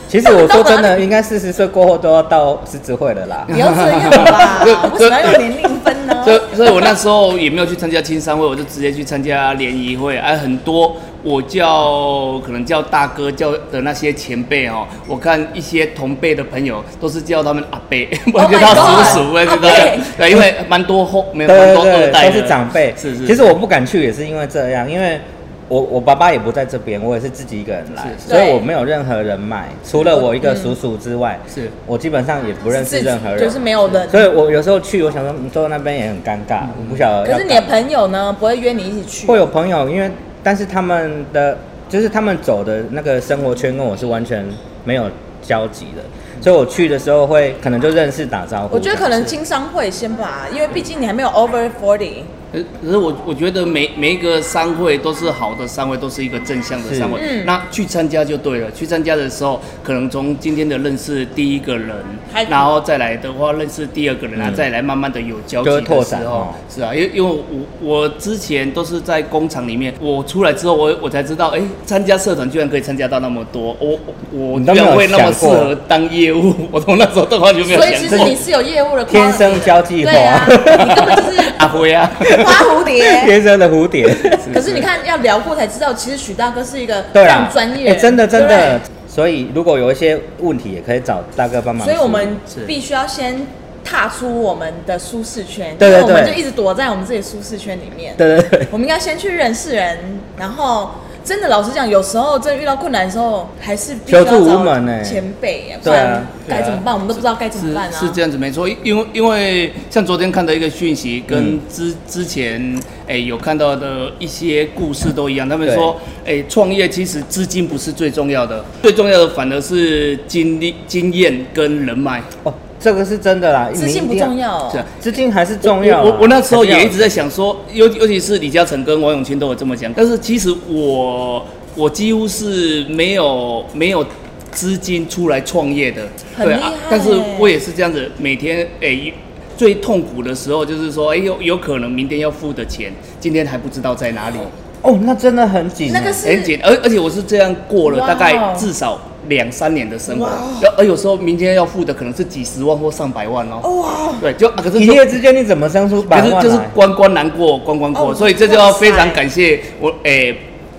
[SPEAKER 2] 其实我说真的，应该四十岁过后都要到狮子会了啦。
[SPEAKER 4] 不要这样吧
[SPEAKER 3] 这，
[SPEAKER 4] 为什么要用年龄分呢？
[SPEAKER 3] 所以，所以我那时候也没有去参加青商会，我就直接去参加联谊会。哎、很多我叫可能叫大哥叫的那些前辈哦，我看一些同辈的朋友都是叫他们阿伯， 我
[SPEAKER 4] Oh
[SPEAKER 3] 觉
[SPEAKER 4] my
[SPEAKER 3] 得他
[SPEAKER 4] God，
[SPEAKER 3] 叔叔，我觉
[SPEAKER 4] 阿
[SPEAKER 3] 得
[SPEAKER 4] 伯
[SPEAKER 3] 对，因为蛮多后没有蛮
[SPEAKER 2] 呃对
[SPEAKER 3] 多二
[SPEAKER 2] 对
[SPEAKER 3] 代
[SPEAKER 2] 对，
[SPEAKER 3] 的
[SPEAKER 2] 都是长辈。
[SPEAKER 3] 是是。
[SPEAKER 2] 其实我不敢去也是因为这样，因为我我爸爸也不在这边，我也是自己一个人来，
[SPEAKER 3] 是
[SPEAKER 4] 是
[SPEAKER 2] 所以我没有任何人脉，除了我一个叔叔之外，
[SPEAKER 3] 是
[SPEAKER 2] 我基本上也不认识
[SPEAKER 4] 自己
[SPEAKER 2] 任何人。
[SPEAKER 4] 嗯就是没有人。
[SPEAKER 2] 所以我有时候去，我想说嗯坐在那边也很尴尬，
[SPEAKER 3] 嗯
[SPEAKER 2] 我不晓得要干嘛。
[SPEAKER 4] 可是你的朋友呢，不会约你一起去，
[SPEAKER 2] 会有朋友，因为但是他们的就是他们走的那个生活圈跟我是完全没有交集的，所以我去的时候会可能就认识打招呼。
[SPEAKER 4] 我觉得可能经商会先吧，因为毕竟你还没有 over forty。
[SPEAKER 3] 可可是我我觉得每每一个商会都是好的商会，都是一个正向的商会。
[SPEAKER 4] 是嗯
[SPEAKER 3] 那去参加就对了。去参加的时候，可能从今天的认识第一个人
[SPEAKER 4] 还，
[SPEAKER 3] 然后再来的话认识第二个
[SPEAKER 4] 嗯
[SPEAKER 3] 人，然后再来慢慢的有交集
[SPEAKER 2] 就会拓
[SPEAKER 3] 的时
[SPEAKER 2] 展
[SPEAKER 3] 候，
[SPEAKER 2] 哦
[SPEAKER 3] 是啊，因为因为我我之前都是在工厂里面，我出来之后我我才知道，哎、参加社团居然可以参加到那么多，我我我
[SPEAKER 2] 你都
[SPEAKER 3] 居
[SPEAKER 2] 没有
[SPEAKER 3] 然会那么适
[SPEAKER 2] 想过
[SPEAKER 3] 合当业务，我从那时候都完全没有
[SPEAKER 4] 所以
[SPEAKER 3] 想
[SPEAKER 4] 其实
[SPEAKER 3] 过
[SPEAKER 4] 你。是有业务的 quality 的，
[SPEAKER 2] 天生交际花
[SPEAKER 4] 对啊，你根本就是
[SPEAKER 3] 阿辉啊，
[SPEAKER 4] 花蝴 蝶。
[SPEAKER 2] 天生的蝴蝶。
[SPEAKER 4] 可是你看，要聊过才知道，其实许大哥是一个非
[SPEAKER 2] 对
[SPEAKER 4] 常
[SPEAKER 2] 啊，
[SPEAKER 4] 专业人、
[SPEAKER 2] 哎真的真
[SPEAKER 4] 对
[SPEAKER 2] 的。所以如果有一些问题，也可以找大哥帮忙
[SPEAKER 4] 所
[SPEAKER 2] 处理。
[SPEAKER 4] 以我们
[SPEAKER 3] 是
[SPEAKER 4] 必须要先踏出我们的舒适圈，
[SPEAKER 2] 对对
[SPEAKER 4] 因为我们
[SPEAKER 2] 对
[SPEAKER 4] 就一直躲在我们自己舒适圈里面。
[SPEAKER 2] 对对对，
[SPEAKER 4] 我们应该先去认识人，然后真的老实讲，有时候真的遇到困难的时候，还是必须要
[SPEAKER 2] 求助无
[SPEAKER 4] 找
[SPEAKER 2] 门欸
[SPEAKER 4] 前辈，不
[SPEAKER 2] 对啊
[SPEAKER 4] 然该怎么办？我们都不知道该怎么
[SPEAKER 3] 是
[SPEAKER 4] 办啊。
[SPEAKER 3] 是这样子没错，因因为因为像昨天看到一个讯息，跟
[SPEAKER 2] 嗯
[SPEAKER 3] 之之前哎、有看到的一些故事都一样，他们
[SPEAKER 2] 对
[SPEAKER 3] 说哎创、业其实资金不是最重要的，最重要的反而是经历、经验跟人脉。
[SPEAKER 2] 哦，这个是真的啦，
[SPEAKER 4] 自信不
[SPEAKER 2] 你一定
[SPEAKER 4] 重，要、
[SPEAKER 3] 是啊
[SPEAKER 4] 哦，
[SPEAKER 2] 资金还是重要啦。啊
[SPEAKER 3] 我我我那时候
[SPEAKER 2] 还是
[SPEAKER 3] 也
[SPEAKER 2] 要
[SPEAKER 3] 一直在想说，尤尤其是李嘉诚跟王永庆都有这么讲，但是其实我我几乎是没有没有资金出来创业的，啊
[SPEAKER 4] 很厉害
[SPEAKER 3] 但是我也是这样子，每天诶。最痛苦的时候就是说，哎、有有可能明天要付的钱，今天还不知道在哪里，
[SPEAKER 2] 哦，那真的很紧欸。
[SPEAKER 4] 那个是
[SPEAKER 3] 很紧。而而且我是这样过了
[SPEAKER 4] 哇哦
[SPEAKER 3] 大概至少两三年的生活
[SPEAKER 4] 哇，哦
[SPEAKER 3] 而而有时候明天要付的可能是几十万或上百万哦。
[SPEAKER 4] 哇，
[SPEAKER 3] 对，就、啊可是
[SPEAKER 2] 一
[SPEAKER 3] 就
[SPEAKER 2] 夜之间你怎么生出百
[SPEAKER 3] 可
[SPEAKER 2] 万啊
[SPEAKER 3] 是
[SPEAKER 2] 来？
[SPEAKER 3] 就是关关难过关关过，
[SPEAKER 4] 哦
[SPEAKER 3] 所以这就要非
[SPEAKER 4] 哇
[SPEAKER 3] 常
[SPEAKER 4] 塞
[SPEAKER 3] 感谢我诶、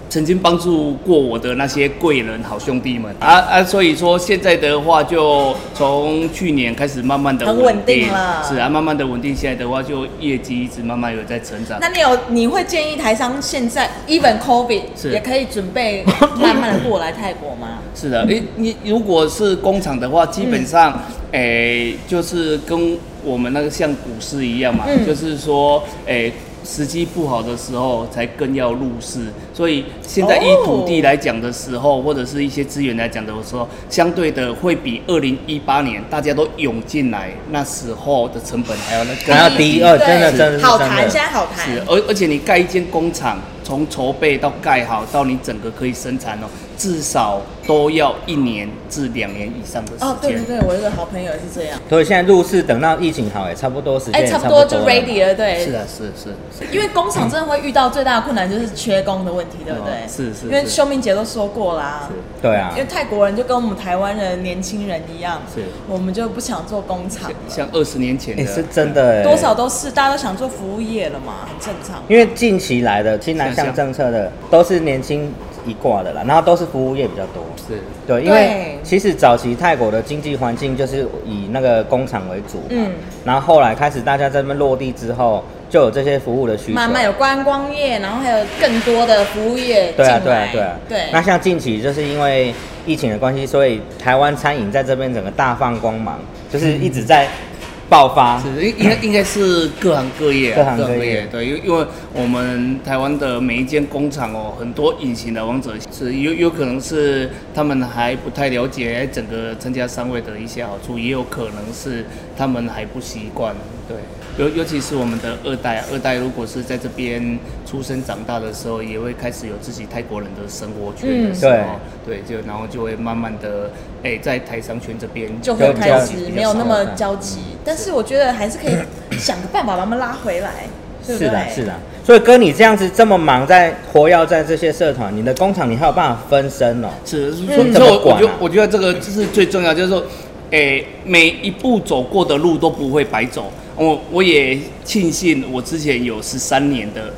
[SPEAKER 3] 曾经帮助过我的那些贵人好兄弟们啊啊！所以说现在的话，就从去年开始慢慢的
[SPEAKER 4] 很稳定了
[SPEAKER 3] 是啊，慢慢的稳定。现在的话，就业绩一直慢慢有在成长。
[SPEAKER 4] 那你有你会建议台商现在 even COVID
[SPEAKER 3] 是
[SPEAKER 4] 也可以准 备慢慢的过来泰国吗？
[SPEAKER 3] 是的，诶、你如果是工厂的话，基本上，
[SPEAKER 4] 嗯
[SPEAKER 3] 诶、就是跟我们那个像股市一样嘛，
[SPEAKER 4] 嗯
[SPEAKER 3] 就是说，诶、时机不好的时候才更要入市。所以现在以
[SPEAKER 4] 哦
[SPEAKER 3] 土地来讲的时候，或者是一些资源来讲的时候，相对的会比二零一八年大家都涌进来那时候的成本还要那更
[SPEAKER 2] 还要低二，
[SPEAKER 4] 对
[SPEAKER 2] 哦真的真的是
[SPEAKER 4] 好
[SPEAKER 2] 真的
[SPEAKER 4] 谈，现在好谈。
[SPEAKER 3] 是，而而且你盖一间工厂，从筹备到盖好到你整个可以生产哦，至少都要一年至两年以上的时间。
[SPEAKER 4] 哦，对对对，我有个好朋友也是这样。
[SPEAKER 2] 所以现在入市等到疫情好也差不多时间
[SPEAKER 4] 哎，
[SPEAKER 2] 也
[SPEAKER 4] 差
[SPEAKER 2] 不
[SPEAKER 4] 不
[SPEAKER 2] 多
[SPEAKER 4] 多
[SPEAKER 2] 了
[SPEAKER 4] 就
[SPEAKER 2] 嘛
[SPEAKER 4] ready 了，对。
[SPEAKER 3] 是啊，是是是。
[SPEAKER 4] 因为工厂真的会遇到最大的困难就是缺工的问题，对不对？
[SPEAKER 3] 哦是是
[SPEAKER 4] 因为
[SPEAKER 3] 是
[SPEAKER 4] 秀敏姐都说过啦，
[SPEAKER 2] 对啊
[SPEAKER 4] 因，为泰国人就跟我们台湾人年轻人一样，
[SPEAKER 3] 是
[SPEAKER 4] 我们就不想做工厂了，
[SPEAKER 3] 像二十年前的，
[SPEAKER 2] 哎、是真的哎、
[SPEAKER 4] 多少都是大家都想做服务业了嘛，很正常。
[SPEAKER 2] 因为近期来的新南向政策的都是年轻一挂的啦，然后都是服务业比较多。
[SPEAKER 3] 是
[SPEAKER 2] 对，因为其实早期泰国的经济环境就是以那个工厂为主嘛，
[SPEAKER 4] 嗯
[SPEAKER 2] 然后后来开始大家在那边落地之后，就有这些服务的需求。
[SPEAKER 4] 慢慢有观光业，然后还有更多的服务业进
[SPEAKER 2] 对啊，
[SPEAKER 4] 来，
[SPEAKER 2] 对啊，对啊。那像近期就是因为疫情的关系，所以台湾餐饮在这边整个大放光芒，就是一直在爆发。
[SPEAKER 4] 嗯
[SPEAKER 3] 是应应该应该是各行各业啊，
[SPEAKER 2] 各行各业
[SPEAKER 3] 对，因为因为我们台湾的每一间工厂哦，很多隐形的王者是有有可能是他们还不太了解哎整个参加商会的一些好处，也有可能是他们还不习惯，对。尤尤其是我们的二代啊，二代如果是在这边出生长大的时候，也会开始有自己泰国人的生活圈的时候，
[SPEAKER 2] 嗯
[SPEAKER 3] 对，就然后就会慢慢的，哎、在台商圈这边
[SPEAKER 4] 就会开
[SPEAKER 2] 交
[SPEAKER 4] 始
[SPEAKER 2] 集比较
[SPEAKER 4] 没有那
[SPEAKER 2] 少
[SPEAKER 4] 么
[SPEAKER 2] 嗯
[SPEAKER 4] 交集，但是我觉得还是可以想个办法把他们拉回来，对不
[SPEAKER 2] 是
[SPEAKER 4] 对？
[SPEAKER 2] 的，是的。所以哥，你这样子这么忙，在活跃在这些社团，你的工厂你还有办法分身哦、
[SPEAKER 3] 是，
[SPEAKER 2] 嗯
[SPEAKER 3] 所以所以我
[SPEAKER 2] 怎么管
[SPEAKER 3] 我
[SPEAKER 2] 啊
[SPEAKER 3] 觉得我觉得这个就是最重要，就是说，诶、每一步走过的路都不会白走。我我也庆幸我之前有十三年的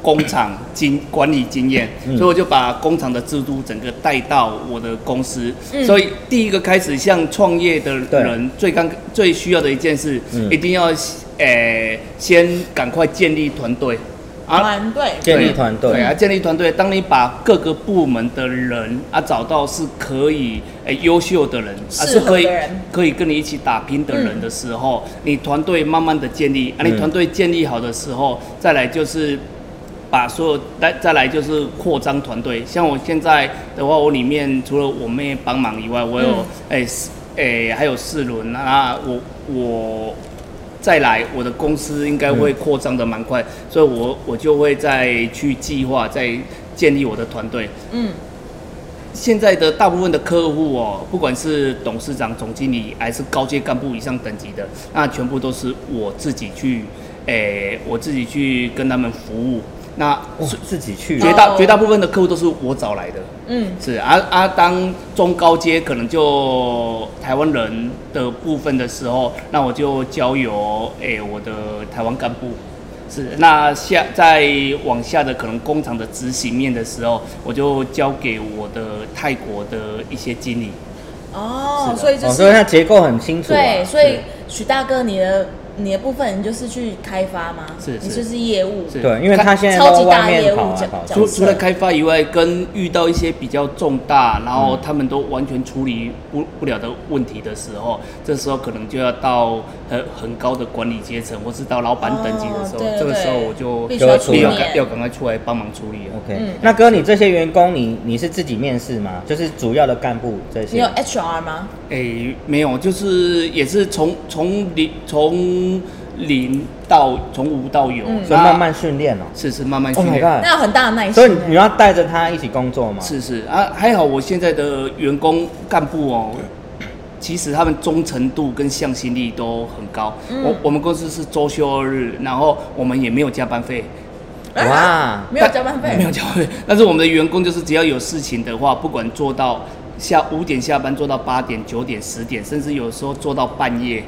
[SPEAKER 3] 工厂经管理经验，
[SPEAKER 2] 嗯
[SPEAKER 3] 所以我就把工厂的制度整个带到我的公司。所以第一个开始，像创业的人最刚最需要的一件事，
[SPEAKER 2] 嗯
[SPEAKER 3] 一定要诶、先赶快建立团队啊。
[SPEAKER 4] 团队
[SPEAKER 2] 建立团队
[SPEAKER 3] 对啊，建立团队。当你把各个部门的人啊找到是可以诶优、秀的人，啊
[SPEAKER 4] 适
[SPEAKER 3] 是
[SPEAKER 4] 合
[SPEAKER 3] 可以
[SPEAKER 4] 的人
[SPEAKER 3] 可以跟你一起打拼的人的时候，你团队慢慢的建立，啊，你
[SPEAKER 2] 嗯
[SPEAKER 3] 团队建立好的时候，再来就是。把所有再再来就是扩张团队，像我现在的话，我里面除了我妹帮忙以外，我有
[SPEAKER 4] 嗯
[SPEAKER 3] 诶诶、还有四轮啊，我我再来，我的公司应该会扩张的蛮快，所以我我就会再去计划，再建立我的团队。
[SPEAKER 4] 嗯，
[SPEAKER 3] 现在的大部分的客户哦，不管是董事长、总经理，还是高阶干部以上等级的，那全部都是我自己去，诶、我自己去跟他们服务。那
[SPEAKER 2] 哇自己去
[SPEAKER 3] 绝
[SPEAKER 2] 哦，
[SPEAKER 3] 大、
[SPEAKER 4] 哦
[SPEAKER 3] 绝大部分的客户都是我找来的。
[SPEAKER 4] 嗯，
[SPEAKER 3] 是啊啊，当中高阶可能就台湾人的部分的时候，那我就交由诶、我的台湾干部。是，那下再往下的可能工厂的执行面的时候，我就交给我的泰国的一些经理。是，
[SPEAKER 4] 哦
[SPEAKER 3] 的
[SPEAKER 4] 所以就
[SPEAKER 2] 哦所以它
[SPEAKER 4] 是
[SPEAKER 2] 结构很清楚、啊。
[SPEAKER 4] 对，所以许大哥，你的你的部分你就是去开发吗？
[SPEAKER 3] 是是
[SPEAKER 4] 你就是业务，
[SPEAKER 3] 是
[SPEAKER 2] 对，因为他现在
[SPEAKER 4] 超
[SPEAKER 2] 都
[SPEAKER 4] 级
[SPEAKER 2] 外
[SPEAKER 4] 大
[SPEAKER 2] 面
[SPEAKER 4] 业务
[SPEAKER 2] 跑来
[SPEAKER 4] 角
[SPEAKER 2] 跑去
[SPEAKER 4] 角
[SPEAKER 3] 除
[SPEAKER 4] 色
[SPEAKER 3] 除了开发以外，跟遇到一些比较重大，然后他们都完全处理不不了的问题的时
[SPEAKER 4] 嗯
[SPEAKER 3] 候，这时候可能就要到很很高的管理阶层，或是到老板等级的时候，
[SPEAKER 4] 哦对
[SPEAKER 3] 这个
[SPEAKER 4] 对
[SPEAKER 3] 时候我就
[SPEAKER 4] 必
[SPEAKER 2] 须要出
[SPEAKER 3] 要
[SPEAKER 2] 面
[SPEAKER 3] 赶要赶快出来帮忙处理了。
[SPEAKER 2] OK，、
[SPEAKER 4] 嗯
[SPEAKER 2] 那哥，你这些员工你，你是自己面试吗？就是主要的啊干部这
[SPEAKER 4] 你有
[SPEAKER 2] 些，
[SPEAKER 4] HR 吗？
[SPEAKER 3] 诶、没有，就是也是从从零从零到从无到有，
[SPEAKER 4] 嗯
[SPEAKER 2] 所以慢慢训练哦。
[SPEAKER 3] 是是慢慢
[SPEAKER 2] Oh
[SPEAKER 3] 训
[SPEAKER 2] my
[SPEAKER 3] 练。
[SPEAKER 2] god！
[SPEAKER 4] 那有很大的耐心。欸
[SPEAKER 2] 所以你你要带着他一起工作吗？
[SPEAKER 3] 是是啊，还好我现在的员工干部哦，其实他们忠诚度跟向心力都很高。
[SPEAKER 4] 嗯
[SPEAKER 3] 我我们公司是周休二日，然后我们也没有加班费，
[SPEAKER 2] 哇，
[SPEAKER 4] 没有加班 费，
[SPEAKER 3] 没有加班费。但是我们的员工就是只要有事情的话，不管做到下五点下班，做到八点、九点、十点，甚至有时候做到半夜。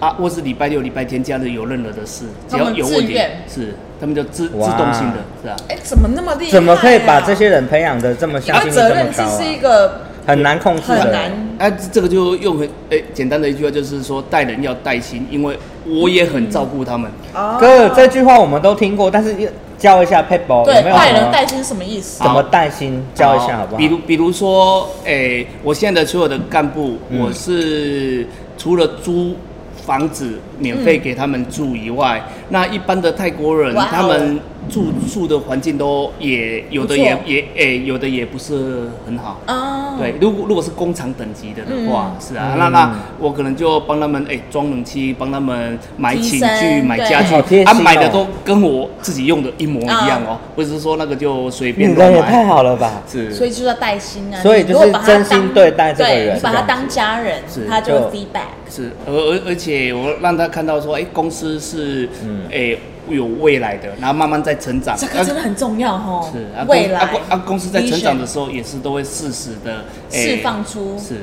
[SPEAKER 3] 啊，或是礼拜六、礼拜天、假日有任何的事，只要有问
[SPEAKER 4] 他们自
[SPEAKER 3] 题
[SPEAKER 4] 愿，
[SPEAKER 3] 是他们就自自
[SPEAKER 2] 哇
[SPEAKER 3] 动性的，是吧、
[SPEAKER 4] 哎，怎么那么厉害、啊？
[SPEAKER 2] 怎么可以把这些人培养的这么向
[SPEAKER 4] 他
[SPEAKER 2] 心力
[SPEAKER 4] 责
[SPEAKER 2] 这么
[SPEAKER 4] 任制
[SPEAKER 2] 高、啊
[SPEAKER 4] 是？一个
[SPEAKER 2] 很难控制的，
[SPEAKER 4] 很难。
[SPEAKER 3] 啊，这个就用很诶、简单的一句话，就是说待人要带心，因为我也很照顾他们。
[SPEAKER 4] 哦
[SPEAKER 2] 哥，这句话我们都听过，但是教一下 p e b a l
[SPEAKER 4] 对
[SPEAKER 2] 有没有
[SPEAKER 4] 带
[SPEAKER 2] 什
[SPEAKER 4] 人
[SPEAKER 2] 么
[SPEAKER 4] 带心是什么意思
[SPEAKER 2] 怎？么带心教一下好不好？
[SPEAKER 3] 啊哦比如比如说，哎诶、
[SPEAKER 2] 嗯
[SPEAKER 3] 我现在的所有的干部，我是除了租房子免费给他们住以外，
[SPEAKER 2] 嗯
[SPEAKER 3] 那一般的泰国人
[SPEAKER 4] 哇哦
[SPEAKER 3] 他们住住的环境都也有的
[SPEAKER 4] 不错
[SPEAKER 3] 也也诶、有的也不是很好。
[SPEAKER 4] 哦，
[SPEAKER 3] 对，如果如果是工厂等级的的话，
[SPEAKER 4] 嗯
[SPEAKER 3] 是啊，那那我可能就帮他们哎装冷气，帮他们买
[SPEAKER 4] 提
[SPEAKER 3] 寝
[SPEAKER 4] 升
[SPEAKER 3] 具、买
[SPEAKER 4] 对
[SPEAKER 3] 家具
[SPEAKER 2] 好贴，
[SPEAKER 3] 啊
[SPEAKER 2] 心哦
[SPEAKER 3] 买的都跟我自己用的一模一样
[SPEAKER 4] 嗯
[SPEAKER 3] 哦，不是说那个就随便
[SPEAKER 2] 你人
[SPEAKER 3] 乱
[SPEAKER 2] 也太
[SPEAKER 3] 买，
[SPEAKER 2] 好了吧？
[SPEAKER 3] 是，
[SPEAKER 4] 所以就是要带心啊，
[SPEAKER 2] 所以
[SPEAKER 4] 你
[SPEAKER 2] 就
[SPEAKER 4] 如果
[SPEAKER 2] 是
[SPEAKER 4] 把他
[SPEAKER 2] 真心
[SPEAKER 4] 当
[SPEAKER 2] 对待这个
[SPEAKER 4] 对
[SPEAKER 2] 人
[SPEAKER 4] 你把
[SPEAKER 2] 这样
[SPEAKER 4] 他
[SPEAKER 2] 子
[SPEAKER 4] 当家人
[SPEAKER 3] 是，
[SPEAKER 4] 他就会
[SPEAKER 2] 就
[SPEAKER 4] feedback。
[SPEAKER 3] 是，而而而且我让他看到说，哎、公司是，
[SPEAKER 2] 嗯
[SPEAKER 3] 哎、有未来的，然后慢慢在成
[SPEAKER 2] 啊
[SPEAKER 3] 长。
[SPEAKER 4] 这个真的很重要哦，
[SPEAKER 3] 是啊，公
[SPEAKER 4] 未来
[SPEAKER 3] 啊公啊公司在成长的
[SPEAKER 4] vision
[SPEAKER 3] 时候，也是都会适时的、哎
[SPEAKER 4] 释放出
[SPEAKER 3] 是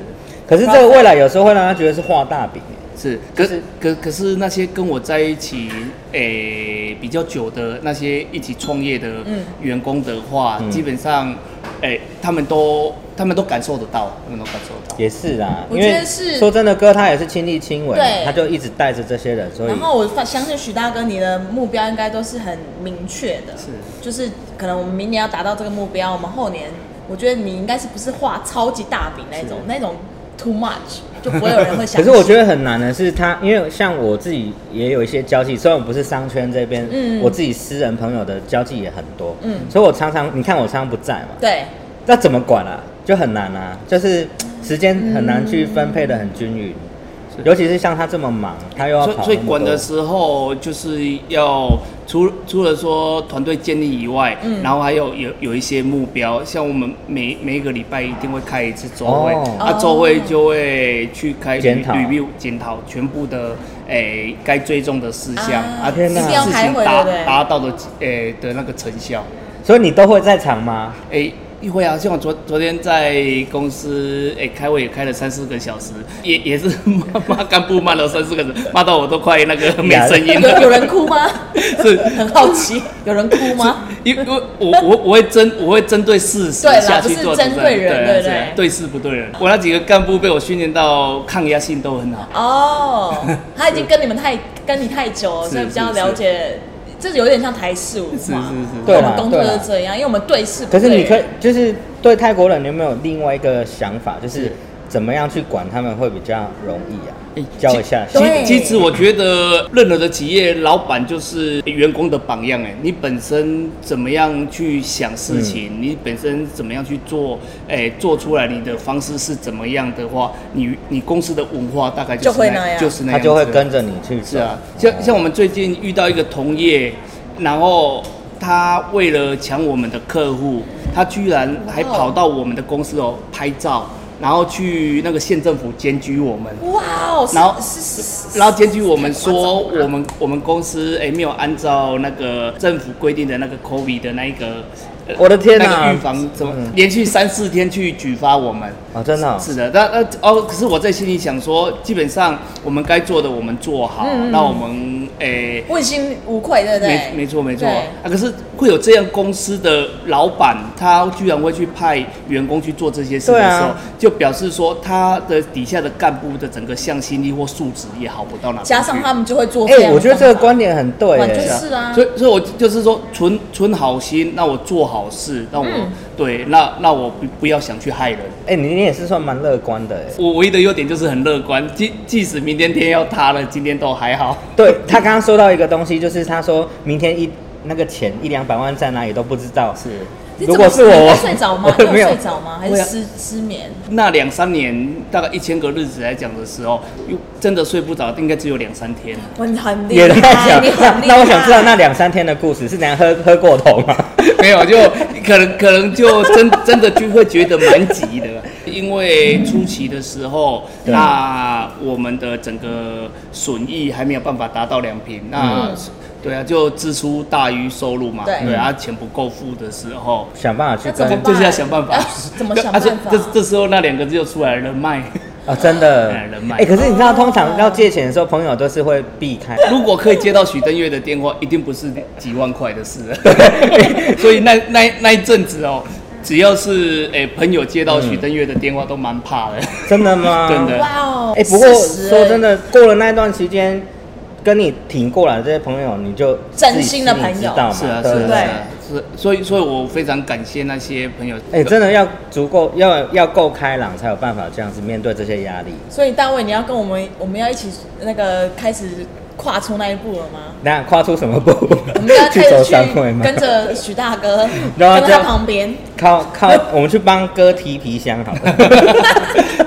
[SPEAKER 2] 可是这个未来有时候会让他觉得是画大饼，
[SPEAKER 3] 是，可是可可是那些跟我在一起诶、比较久的那些一起创业的
[SPEAKER 4] 嗯
[SPEAKER 3] 员工的话，
[SPEAKER 2] 嗯
[SPEAKER 3] 基本上诶、他们都他们都感受得到，他们都感受得到。
[SPEAKER 2] 也是啦。
[SPEAKER 4] 我
[SPEAKER 2] 因为
[SPEAKER 4] 觉得是
[SPEAKER 2] 说真的，哥他也是亲力亲为啊
[SPEAKER 4] 对，
[SPEAKER 2] 他就一直带着这些人，所以
[SPEAKER 4] 然后我发相信许大哥，你的目标应该都是很明确的，
[SPEAKER 3] 是
[SPEAKER 4] 就是可能我们明年要达到这个目标，我们后年，我觉得你应该是不是画超级大饼那种，那种 too much 就不会有人会 想。
[SPEAKER 2] 可是我觉得很难的是他，因为像我自己也有一些交际，虽然我不是商圈这边，
[SPEAKER 4] 嗯
[SPEAKER 2] 我自己私人朋友的交际也很多，
[SPEAKER 4] 嗯
[SPEAKER 2] 所以我常常你看我常常不在嘛，
[SPEAKER 4] 对，
[SPEAKER 2] 那怎么管啊？就很难啊，就是时间很难去分配的很均匀，
[SPEAKER 3] 是
[SPEAKER 2] 尤其是像他这么忙，他又要
[SPEAKER 3] 嗯所以
[SPEAKER 2] 跑
[SPEAKER 3] 所以
[SPEAKER 2] 那么
[SPEAKER 3] 管
[SPEAKER 2] 多
[SPEAKER 3] 的时候就是要除除了说团队建立以外，
[SPEAKER 4] 嗯
[SPEAKER 3] 然后还有有有一些目标，像我们每每一个礼拜一定会开一次周会，
[SPEAKER 2] 哦
[SPEAKER 3] 啊，周会就会去开
[SPEAKER 2] 检讨
[SPEAKER 3] review 检讨全部的诶该追踪的事项
[SPEAKER 4] 啊
[SPEAKER 3] 啊，
[SPEAKER 2] 天哪
[SPEAKER 3] 事
[SPEAKER 2] 一定要
[SPEAKER 3] 情
[SPEAKER 4] 开会
[SPEAKER 3] 达
[SPEAKER 4] 对不对
[SPEAKER 3] 达到的诶的那个成效，
[SPEAKER 2] 所以你都会在场吗？
[SPEAKER 3] 诶。会啊，像我昨昨天在公司，诶开会也开了三四个小时，也也是骂骂干部骂了三四个小时，骂到我都快那个没声音了
[SPEAKER 4] 有。有人哭吗？
[SPEAKER 3] 是
[SPEAKER 4] 很好奇，有人哭吗？
[SPEAKER 3] 因为因为我我我会针我会针对事实
[SPEAKER 4] 对啦
[SPEAKER 3] 下去做
[SPEAKER 4] 不是针对人
[SPEAKER 3] 啊
[SPEAKER 4] 对不
[SPEAKER 3] 是啊
[SPEAKER 4] 对
[SPEAKER 3] 对事不对人。我那几个干部被我训练到抗压性都很好，
[SPEAKER 4] 哦，他已经跟你们太跟你 太久了，
[SPEAKER 3] 是
[SPEAKER 4] 所以比较
[SPEAKER 3] 是是
[SPEAKER 4] 了解。这有点像台式文化，
[SPEAKER 3] 是是是
[SPEAKER 2] 对
[SPEAKER 4] 我
[SPEAKER 2] 啦
[SPEAKER 4] 们工
[SPEAKER 2] 对
[SPEAKER 4] 作
[SPEAKER 2] 啦
[SPEAKER 4] 就这样，因为我们对事不
[SPEAKER 2] 可
[SPEAKER 4] 对
[SPEAKER 2] 是
[SPEAKER 4] 人。
[SPEAKER 2] 你可以就是对泰国人，你有没有另外一个想法，就是
[SPEAKER 3] 是
[SPEAKER 2] 怎么样去管他们会比较容易
[SPEAKER 3] 哎
[SPEAKER 2] 啊？教一下，
[SPEAKER 4] 对
[SPEAKER 3] 其其实我觉得任何的企业老板就是员工的榜样哎，你本身怎么样去想
[SPEAKER 2] 嗯
[SPEAKER 3] 事情，你本身怎么样去做，哎，做出来你的方式是怎么样的话，你你公司的文化大概就是
[SPEAKER 4] 就会那样
[SPEAKER 3] 就是那
[SPEAKER 2] 他
[SPEAKER 3] 样子，
[SPEAKER 2] 就会跟着你去
[SPEAKER 3] 是
[SPEAKER 2] 做。
[SPEAKER 3] 啊，像像我
[SPEAKER 2] 们
[SPEAKER 3] 们最近遇到一个同业，然后他为了抢我们的客户，他居然还
[SPEAKER 4] 哇哦
[SPEAKER 3] 跑到我们的公司哦拍照，然后去那个县政府检举我们。
[SPEAKER 4] 哇哦，是
[SPEAKER 3] 然后
[SPEAKER 4] 是是是
[SPEAKER 3] 然后检举我们说，
[SPEAKER 4] 太夸张了
[SPEAKER 3] 我们我们公司哎没有按照那个政府规定的那个 COVID 的那一个，呃
[SPEAKER 2] 我的天哪
[SPEAKER 3] 那个预防怎么
[SPEAKER 2] 嗯
[SPEAKER 3] 连续三四天去举发我们，
[SPEAKER 2] 哦，真的哦、
[SPEAKER 3] 是的，那那哦，可是我在心里想说，基本上我们该做的我们做好，
[SPEAKER 4] 嗯嗯
[SPEAKER 3] 那我们诶、
[SPEAKER 4] 问心无愧，对不对
[SPEAKER 3] 没？没错没错
[SPEAKER 4] 对
[SPEAKER 3] 啊，可是会有这样公司的老板，他居然会去派员工去做这些事的
[SPEAKER 2] 对
[SPEAKER 3] 时
[SPEAKER 2] 啊
[SPEAKER 3] 候，就表示说他的底下的干部的整个向心力或素质也好不到哪里去。
[SPEAKER 4] 加上他们就会做
[SPEAKER 2] 哎、
[SPEAKER 4] 这样的方法。
[SPEAKER 2] 我觉得这个观点很对、
[SPEAKER 4] 啊完全
[SPEAKER 2] 哎
[SPEAKER 4] 是啊
[SPEAKER 3] 所以所以我就是说存存好心，那我做好事，那我、
[SPEAKER 4] 嗯
[SPEAKER 3] 对那那我不不要想去害人。
[SPEAKER 2] 哎、你你也是算蛮乐观的、哎。
[SPEAKER 3] 我唯一的优点就是很乐观，即即使明天天要塌了，今天都还好。
[SPEAKER 2] 对他刚刚说到一个东西，就是他说明天一那个钱一两百万在哪里都不知道。
[SPEAKER 3] 是，
[SPEAKER 4] 你怎
[SPEAKER 2] 如果
[SPEAKER 4] 么
[SPEAKER 2] 是我，我
[SPEAKER 4] 你睡着吗？
[SPEAKER 2] 我
[SPEAKER 4] 你
[SPEAKER 2] 没
[SPEAKER 4] 有
[SPEAKER 2] 有
[SPEAKER 4] 睡。着吗？还
[SPEAKER 3] 会
[SPEAKER 4] 是
[SPEAKER 3] 啊
[SPEAKER 4] 失失眠？
[SPEAKER 3] 那两三年大概一千个日子来讲的时候，又真的睡不着，应该只有两三天。
[SPEAKER 4] 哇，你很厉
[SPEAKER 2] 也
[SPEAKER 4] 害，
[SPEAKER 2] 在想
[SPEAKER 4] 你，很
[SPEAKER 2] 那
[SPEAKER 4] 厉害。
[SPEAKER 2] 那我想知道那两三天的故事是怎样喝喝过头 吗？
[SPEAKER 3] 没有，就可能可能就真真的就会觉得蛮急的，因为初期的时候，
[SPEAKER 2] 对
[SPEAKER 3] 那我们的整个损益还没有办法达到两平，那、
[SPEAKER 4] 嗯
[SPEAKER 3] 对啊，就支出大于收入嘛，
[SPEAKER 4] 对
[SPEAKER 3] 对啊，钱不够付的时候，
[SPEAKER 2] 想办法去
[SPEAKER 4] 那怎
[SPEAKER 2] 跟
[SPEAKER 4] 么
[SPEAKER 2] 啊、
[SPEAKER 4] 办？
[SPEAKER 3] 就是要想办法
[SPEAKER 4] 要 怎么想
[SPEAKER 3] 啊
[SPEAKER 4] 办
[SPEAKER 3] 这
[SPEAKER 4] 法？
[SPEAKER 3] 这这时候那两个字就出来了，人脉。
[SPEAKER 2] 啊真的
[SPEAKER 3] 哎人脉
[SPEAKER 2] 哎、可是你知道，通常要借钱的时候，朋友都是会避开。
[SPEAKER 3] 如果可以接到许登月的电话，一定不是几万块的 事了。所以那那那一阵子哦，只要是诶、朋友接到
[SPEAKER 2] 嗯
[SPEAKER 3] 许登月的电话，都蛮怕的。
[SPEAKER 2] 真的吗？
[SPEAKER 3] 真的
[SPEAKER 4] 哇哦！
[SPEAKER 2] 哎、不过
[SPEAKER 4] 40
[SPEAKER 2] 说真
[SPEAKER 4] 哎，
[SPEAKER 2] 的，过了那段期间，跟你挺过来的这些朋友，你就
[SPEAKER 4] 真
[SPEAKER 2] 自己
[SPEAKER 4] 心的
[SPEAKER 2] 心里
[SPEAKER 4] 朋友
[SPEAKER 2] 知道嘛
[SPEAKER 3] 是啊，是
[SPEAKER 2] 对不
[SPEAKER 3] 啊，
[SPEAKER 2] 对
[SPEAKER 3] 是啊，是。所以，所以我非常感谢那些朋友。
[SPEAKER 2] 哎、真的要足够，要要够开朗，才有办法这样子面对这些压力。
[SPEAKER 4] 所以大卫，你要跟我们，我们要一起那个开始跨出那一步了 吗？
[SPEAKER 2] 那跨出什么步？
[SPEAKER 4] 我们要
[SPEAKER 2] 去
[SPEAKER 4] 开始
[SPEAKER 2] 走
[SPEAKER 4] 去
[SPEAKER 2] 商会吗？
[SPEAKER 4] 跟着许大哥，
[SPEAKER 2] 然后
[SPEAKER 4] 跟
[SPEAKER 2] 这
[SPEAKER 4] 在他旁边，
[SPEAKER 2] 靠靠，我们去帮哥提皮箱好了。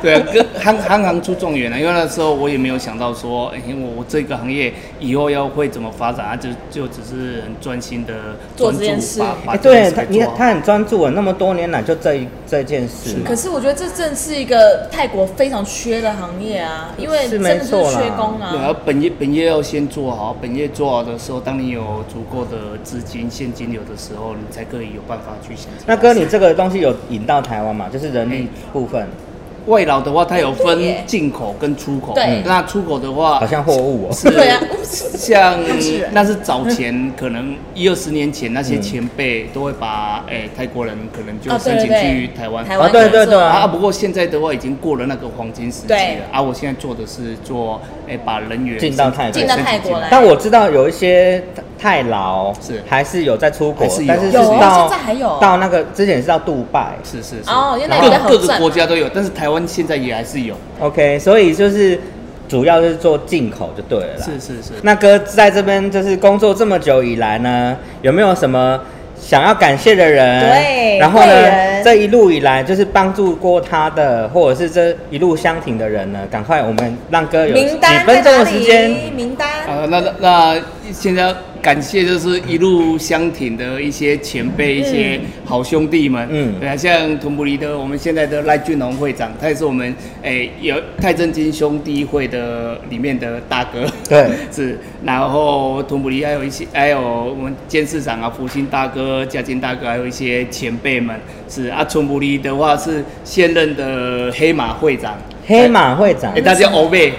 [SPEAKER 3] 对啊，跟行行行出状元啊了，因为那时候我也没有想到说，哎、我我这个行业以后要会怎么发展啊，就就只是很专心的
[SPEAKER 4] 做这件事
[SPEAKER 3] 把 把
[SPEAKER 2] 哎，
[SPEAKER 3] 这件
[SPEAKER 2] 对
[SPEAKER 3] 事
[SPEAKER 2] 他，
[SPEAKER 3] 给
[SPEAKER 2] 你
[SPEAKER 3] 做
[SPEAKER 2] 看
[SPEAKER 3] 好
[SPEAKER 2] 他很专注了，啊那么多年来就这一这件事嘛
[SPEAKER 4] 可。是我觉得这正是一个泰国非常缺的行业啊，因为
[SPEAKER 2] 是
[SPEAKER 4] 真
[SPEAKER 2] 没
[SPEAKER 4] 的就是
[SPEAKER 2] 错啦
[SPEAKER 4] 缺工
[SPEAKER 3] 对
[SPEAKER 4] 啊。
[SPEAKER 3] 啊，本业本业要先做好，本业做好的时候，当你有足够的资金现金流的时候，你才可以有办法去想。
[SPEAKER 2] 那哥，你这个东西有引到台湾嘛？就是人力部分，
[SPEAKER 3] 哎外劳的话，它有分
[SPEAKER 4] 对耶
[SPEAKER 3] 进口跟出口。
[SPEAKER 4] 对
[SPEAKER 3] 那出口的话
[SPEAKER 2] 好，像货物哦。
[SPEAKER 3] 是
[SPEAKER 4] 对啊，
[SPEAKER 3] 像
[SPEAKER 4] 是啊人
[SPEAKER 3] 那是早 前可能一二十年前那些
[SPEAKER 2] 嗯
[SPEAKER 3] 前辈都会把诶、泰国人可能就
[SPEAKER 4] 哦对
[SPEAKER 3] 申
[SPEAKER 4] 对
[SPEAKER 3] 请去
[SPEAKER 4] 对，
[SPEAKER 3] 台湾。
[SPEAKER 4] 台湾
[SPEAKER 2] 哦对对
[SPEAKER 4] 工作
[SPEAKER 2] 对
[SPEAKER 3] 啊，不过现在的话已经过了那个黄金时期
[SPEAKER 4] 对
[SPEAKER 3] 了。啊，我现在做的是做，诶，把人员
[SPEAKER 2] 进到泰国
[SPEAKER 4] 进到泰国来
[SPEAKER 2] 但我知道有一些泰劳
[SPEAKER 3] 是
[SPEAKER 2] 还是有在出国
[SPEAKER 3] 还是，有
[SPEAKER 2] 但是是
[SPEAKER 4] 有啊
[SPEAKER 2] 到
[SPEAKER 4] 现在还有
[SPEAKER 2] 到那个之前是到杜拜
[SPEAKER 3] 是是是。
[SPEAKER 4] 哦原来
[SPEAKER 3] 各
[SPEAKER 4] 比较好
[SPEAKER 3] 各个
[SPEAKER 4] 赚
[SPEAKER 3] 国家都有，但是台湾现在也还是有。
[SPEAKER 2] ，OK，所以就是主要就是做进口就对了啦。
[SPEAKER 3] 是是是。
[SPEAKER 2] 那哥在这边就是工作这么久以来呢，有没有什么想要感谢的人？
[SPEAKER 4] 对
[SPEAKER 2] 然后
[SPEAKER 4] 贵
[SPEAKER 2] 呢，
[SPEAKER 4] 人
[SPEAKER 2] 这一路以来就是帮助过他的，或者是这一路相挺的人呢，赶快我们让哥有
[SPEAKER 4] 名
[SPEAKER 2] 几
[SPEAKER 4] 单
[SPEAKER 2] 分
[SPEAKER 4] 在
[SPEAKER 2] 钟
[SPEAKER 4] 哪
[SPEAKER 2] 的时间。
[SPEAKER 4] 里？名单
[SPEAKER 3] 啊，那那那现在感谢就是一路相挺的一些前辈、一些好兄弟们，
[SPEAKER 2] 嗯
[SPEAKER 3] 嗯，对啊，像屯布里的我们现在的赖俊宏会长，他也是我们诶、有泰正金兄弟会的里面的大哥，
[SPEAKER 2] 对
[SPEAKER 3] 是，然后屯布里还有一些，还有我们监事长啊，福星大哥、嘉金大哥，还有一些前辈们，是啊，屯布里的话是现任的黑马会长，
[SPEAKER 2] 黑马会长
[SPEAKER 3] 哎、，大家欧贝，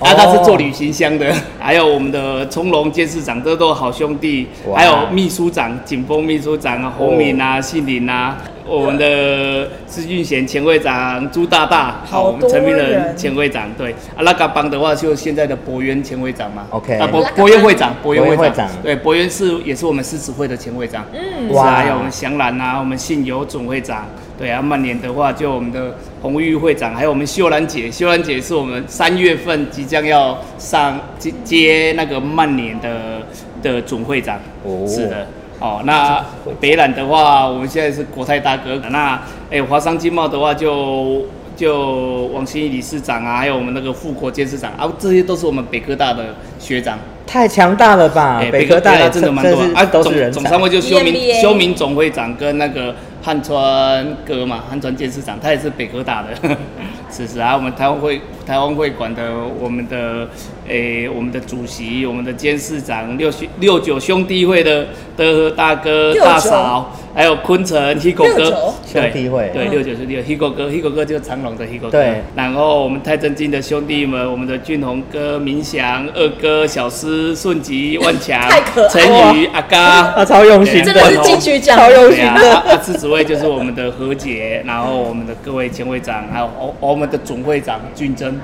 [SPEAKER 2] 哦
[SPEAKER 3] 啊，他是做旅行箱的， 还有我们的从龙监事长，这都是好兄弟，
[SPEAKER 2] 哇哦
[SPEAKER 3] 还有秘书长景峰秘书长啊，侯敏啊，信林啊，我们的施俊贤前会长朱大大，哦
[SPEAKER 4] 好
[SPEAKER 3] 我们陈明
[SPEAKER 4] 多
[SPEAKER 3] 仁
[SPEAKER 4] 人
[SPEAKER 3] 前会长，对，啊阿拉嘎邦的话就现在的博渊前会长嘛
[SPEAKER 2] OK
[SPEAKER 3] 啊博
[SPEAKER 4] 拉嘎邦
[SPEAKER 3] 博渊会长，博渊
[SPEAKER 2] 博渊
[SPEAKER 3] 会
[SPEAKER 2] 会
[SPEAKER 3] 长
[SPEAKER 2] 长，
[SPEAKER 3] 对，博渊是也是我们狮子会的前会长，嗯，
[SPEAKER 2] 哇
[SPEAKER 3] 哇，还有我们祥兰啊，我们信友总会长，对啊，曼联的话就我们的红玉会长，还有我们秀兰姐，秀兰姐是我们三月份即将要上接接那个曼联的的总会长，
[SPEAKER 2] 哦
[SPEAKER 3] 是的。哦，那北染的话，我们现在是国泰大哥。那哎、华商经贸的话就，就王新义理事长啊，还有我们那个富国监事长啊，这些都是我们北科大的学长。
[SPEAKER 2] 太强大了吧！啊
[SPEAKER 3] 哎，
[SPEAKER 2] 北
[SPEAKER 3] 北
[SPEAKER 2] 科
[SPEAKER 3] 科
[SPEAKER 2] 大
[SPEAKER 3] 大
[SPEAKER 2] 也
[SPEAKER 3] 真的蛮
[SPEAKER 2] 这
[SPEAKER 3] 多
[SPEAKER 2] 这是
[SPEAKER 3] 啊，
[SPEAKER 2] 都是人
[SPEAKER 3] 总
[SPEAKER 2] 才
[SPEAKER 3] 总。会就修明
[SPEAKER 4] EMBA
[SPEAKER 3] 修明总会长跟那个汉川哥嘛，汉川监事长，他也是北科大的， 是是啊，我们台湾会台湾会馆的我们的诶、我们的主席，我们的监事长六兄六九兄弟会的的大哥
[SPEAKER 4] 六九
[SPEAKER 3] 大嫂，还有昆城 Hiko
[SPEAKER 4] 六
[SPEAKER 3] 哥
[SPEAKER 4] 九
[SPEAKER 3] 对
[SPEAKER 2] 兄弟会
[SPEAKER 3] 对
[SPEAKER 4] 嗯
[SPEAKER 3] 六九兄弟会 Hiko 哥 Hiko 哥就是长隆的 Hiko 哥，
[SPEAKER 2] 对
[SPEAKER 3] 然后我们太正经的兄弟们，我们的俊宏哥、明祥、二哥、小诗、顺吉、万强、
[SPEAKER 4] 太可爱
[SPEAKER 3] 陈宇、阿嘎，
[SPEAKER 2] 啊，超用心
[SPEAKER 4] 哎真的是
[SPEAKER 3] 对
[SPEAKER 4] 金曲奖，
[SPEAKER 2] 超用
[SPEAKER 3] 对
[SPEAKER 2] 心
[SPEAKER 3] 啊，
[SPEAKER 2] 的。
[SPEAKER 3] 啊，赤子会就是我们的何姐，然后我们的各位前会长，还有我我们的总会长俊 珍，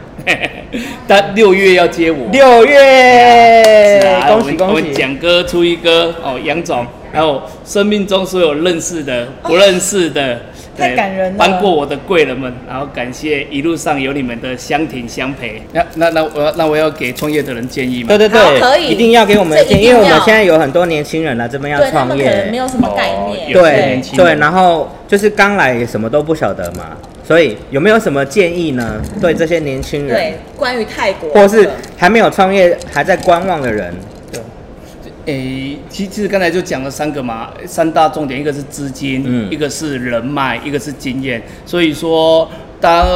[SPEAKER 3] 但六月要接我，
[SPEAKER 2] 六
[SPEAKER 3] 是
[SPEAKER 2] 月，
[SPEAKER 3] 啊，
[SPEAKER 2] 哎恭喜
[SPEAKER 3] 我们我
[SPEAKER 2] 恭
[SPEAKER 3] 们
[SPEAKER 2] 喜！
[SPEAKER 3] 蒋哥、初一哥，哦，杨总，还有生命中所有认识的、不认识的，
[SPEAKER 4] 太
[SPEAKER 3] 对
[SPEAKER 4] 感人了
[SPEAKER 3] 帮过我的贵人们，然后感谢一路上有你们的相挺相陪。那那那我要那我要给创业的人建议嘛
[SPEAKER 2] 对，对
[SPEAKER 4] 好可
[SPEAKER 2] 对，
[SPEAKER 4] 以
[SPEAKER 2] 一定要给我们
[SPEAKER 4] 这
[SPEAKER 2] 一点，
[SPEAKER 4] 一定
[SPEAKER 2] 因为我们
[SPEAKER 4] 要
[SPEAKER 2] 现在有很多年轻人来这边要
[SPEAKER 4] 对他们
[SPEAKER 2] 创
[SPEAKER 4] 可
[SPEAKER 2] 业，
[SPEAKER 4] 能没有什么概念，
[SPEAKER 3] 哦有些
[SPEAKER 2] 对
[SPEAKER 3] 年轻人
[SPEAKER 2] 对，然后就是刚来也什么都不晓得嘛，所以有没有什么建议呢？对这些年轻人
[SPEAKER 4] 对，，关于泰国
[SPEAKER 2] 或是还没有创业还在观望的人，
[SPEAKER 3] 诶，其其实刚才就讲了三个嘛，三大重点，一个是资金，
[SPEAKER 2] 嗯
[SPEAKER 3] 一个是人脉，一个是经验。所以说，当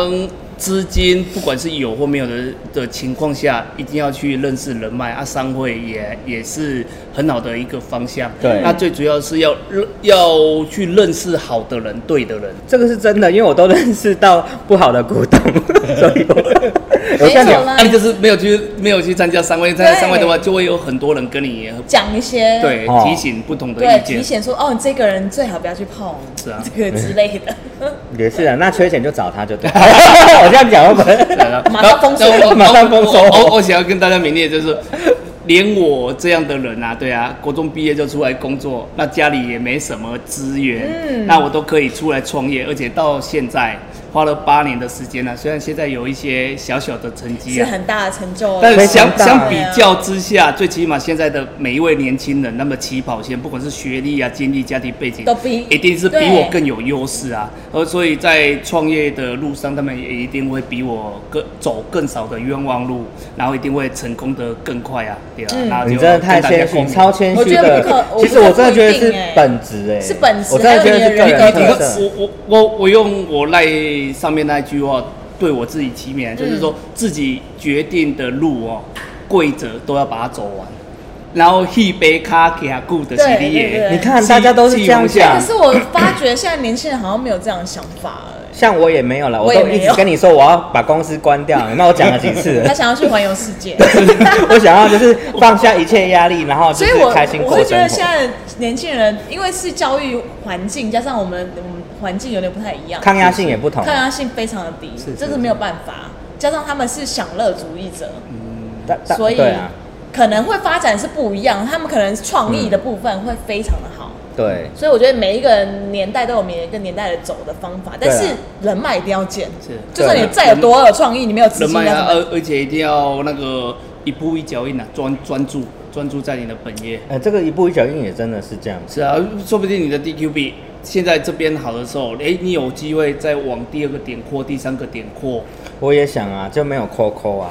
[SPEAKER 3] 资金不管是有或没有的的情况下，一定要去认识人脉啊，商会也也是很好的一个方向。
[SPEAKER 2] 对
[SPEAKER 3] 那最主要是要认要去认识好的人，对的人。
[SPEAKER 2] 这个是真的，因为我都认识到不好的股东， 所以我 我
[SPEAKER 4] 没
[SPEAKER 2] 现在
[SPEAKER 4] 有
[SPEAKER 2] 有
[SPEAKER 4] 啦
[SPEAKER 3] 那、，啊就是没有去没有去参加商会，参加商会的话，就会有很多人跟你
[SPEAKER 4] 讲一些
[SPEAKER 3] 对
[SPEAKER 2] 哦
[SPEAKER 3] 提醒不同的
[SPEAKER 4] 对
[SPEAKER 3] 意见
[SPEAKER 4] 提。醒说哦，你这个人最好不要去碰，
[SPEAKER 3] 是啊
[SPEAKER 4] 这个之类的。
[SPEAKER 2] 也是啊，那缺钱就找他就对了。 我这样讲会不会？
[SPEAKER 4] 马上封锁
[SPEAKER 3] 然后我
[SPEAKER 2] 马上封锁
[SPEAKER 3] 我我我想要跟大家明列就是，连我这样的人啊，对啊，国中毕业就出来工作，
[SPEAKER 4] 嗯
[SPEAKER 3] 那家里也没什么资源，那我都可以出来创业，而且到现在花了八年的时间啊呢、虽然现在有一些小小的成绩
[SPEAKER 4] 是
[SPEAKER 3] 啊，
[SPEAKER 4] 很大的成就。
[SPEAKER 3] 但
[SPEAKER 2] 非常
[SPEAKER 3] 相
[SPEAKER 2] 大
[SPEAKER 3] 相比较之下，最起码现在的每一位年轻人，那么起跑线，不管是学历啊、经历、家庭背景，
[SPEAKER 4] 都比
[SPEAKER 3] 一定是比
[SPEAKER 4] 对
[SPEAKER 3] 我更有优势啊。而所以在创业的路上，他们也一定会比我更走更少的冤枉路，然后一定会成功的更快啊，对啊。
[SPEAKER 4] 嗯
[SPEAKER 3] 然后
[SPEAKER 2] 你
[SPEAKER 3] 就
[SPEAKER 2] 真的太
[SPEAKER 3] 跟大家
[SPEAKER 2] 谦虚，
[SPEAKER 3] 共鸣
[SPEAKER 2] 超谦虚
[SPEAKER 4] 我觉得不
[SPEAKER 2] 的
[SPEAKER 4] 可。我
[SPEAKER 2] 其实我真的觉得
[SPEAKER 4] 不一
[SPEAKER 2] 是
[SPEAKER 4] 定欸
[SPEAKER 2] 本质，哎，
[SPEAKER 4] 是本质
[SPEAKER 2] 我真的觉得是个
[SPEAKER 4] 还有
[SPEAKER 2] 人
[SPEAKER 4] 你的
[SPEAKER 2] 特
[SPEAKER 4] 人格
[SPEAKER 2] 色。
[SPEAKER 3] 我我我我用我赖上面那一句话对我自己起
[SPEAKER 2] 嗯
[SPEAKER 3] 勉，就是说自己决定的路哦，跪着都要把它走完。然后一杯咖给他顾的系
[SPEAKER 4] 对对
[SPEAKER 3] 列
[SPEAKER 4] 对，
[SPEAKER 2] 你看，大家都是这样
[SPEAKER 3] 气
[SPEAKER 2] 讲
[SPEAKER 4] 可，是我发觉现在年轻人好像没有这样的想法哎 了，
[SPEAKER 2] 像我也没有了，我
[SPEAKER 4] 我也
[SPEAKER 2] 都一
[SPEAKER 4] 没
[SPEAKER 2] 直
[SPEAKER 4] 有
[SPEAKER 2] 跟你说我要把公司关掉， 那我讲了几 次了
[SPEAKER 4] 他想要去环游世界。
[SPEAKER 2] 我想要就是放下一切压力，然后就
[SPEAKER 4] 所以
[SPEAKER 2] 是
[SPEAKER 4] 我
[SPEAKER 2] 开心
[SPEAKER 4] 我
[SPEAKER 2] 过
[SPEAKER 4] 会觉
[SPEAKER 2] 生
[SPEAKER 4] 得现
[SPEAKER 2] 活。
[SPEAKER 4] 在年轻人，因为是教育环境加上我们我们环境有点不太一样，
[SPEAKER 2] 抗压性也不同
[SPEAKER 4] 抗，压性非常的低
[SPEAKER 3] 是，
[SPEAKER 4] 这
[SPEAKER 3] 是
[SPEAKER 4] 是没有办法。加上他们是享乐主义者，
[SPEAKER 2] 但但
[SPEAKER 4] 所以
[SPEAKER 2] 对啊，
[SPEAKER 4] 可能会发展是不一样，他们可能创意的部分会非常的好。
[SPEAKER 2] 对，
[SPEAKER 4] 所以我觉得每一个年代都有每一个年代的走的方法，
[SPEAKER 2] 对
[SPEAKER 4] 但
[SPEAKER 2] 啊
[SPEAKER 4] 是人脉一定要建。
[SPEAKER 3] 是
[SPEAKER 4] 就算你再有多有创意，你没有自
[SPEAKER 3] 人
[SPEAKER 4] 信，
[SPEAKER 3] 脉啊，
[SPEAKER 4] 那怎么
[SPEAKER 3] 而而且一定要那个一步一脚印啊，专专注专注在你的本业。
[SPEAKER 2] 呃，这个一步一脚印也真的是这样子。
[SPEAKER 3] 是啊，说不定你的 DQB 现在这边好的时候，哎，你有机会再往第二个点扩，第三个点扩。
[SPEAKER 2] 我也想啊，就没有扣扣啊，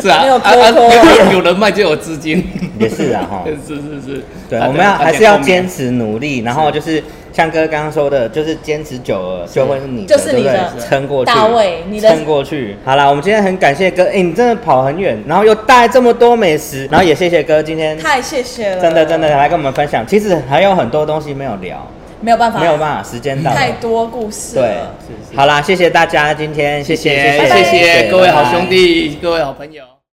[SPEAKER 3] 是啊，
[SPEAKER 4] 没有
[SPEAKER 3] 啊
[SPEAKER 4] 沟
[SPEAKER 3] 啊
[SPEAKER 4] 通
[SPEAKER 3] 有人脉就有资金，
[SPEAKER 2] 也是啊 哈。
[SPEAKER 3] 是是是，
[SPEAKER 2] 对，
[SPEAKER 3] 啊
[SPEAKER 2] 我们要
[SPEAKER 3] 大家
[SPEAKER 2] 还是要
[SPEAKER 3] 共勉
[SPEAKER 2] 坚持努力，然后就是像哥刚刚说的，就是坚持久了就会是你的，
[SPEAKER 4] 就是你的
[SPEAKER 2] 对不对撑过去，
[SPEAKER 4] 大卫你的
[SPEAKER 2] 撑过去。好啦，我们今天很感谢哥，哎、你真的跑很远，然后又带这么多美食，然后也谢谢哥今天
[SPEAKER 4] 太谢谢了，
[SPEAKER 2] 真的真的来跟我们分享。其实还有很多东西没有聊，
[SPEAKER 4] 没有办法，
[SPEAKER 2] 没有办法，时间到了。
[SPEAKER 4] 太多故事
[SPEAKER 2] 对
[SPEAKER 4] 了。
[SPEAKER 3] 是是，
[SPEAKER 2] 好啦，谢谢大家今天，谢
[SPEAKER 3] 谢谢
[SPEAKER 2] 谢
[SPEAKER 3] 谢谢各位好
[SPEAKER 2] 拜拜
[SPEAKER 3] 兄弟，各位好朋友。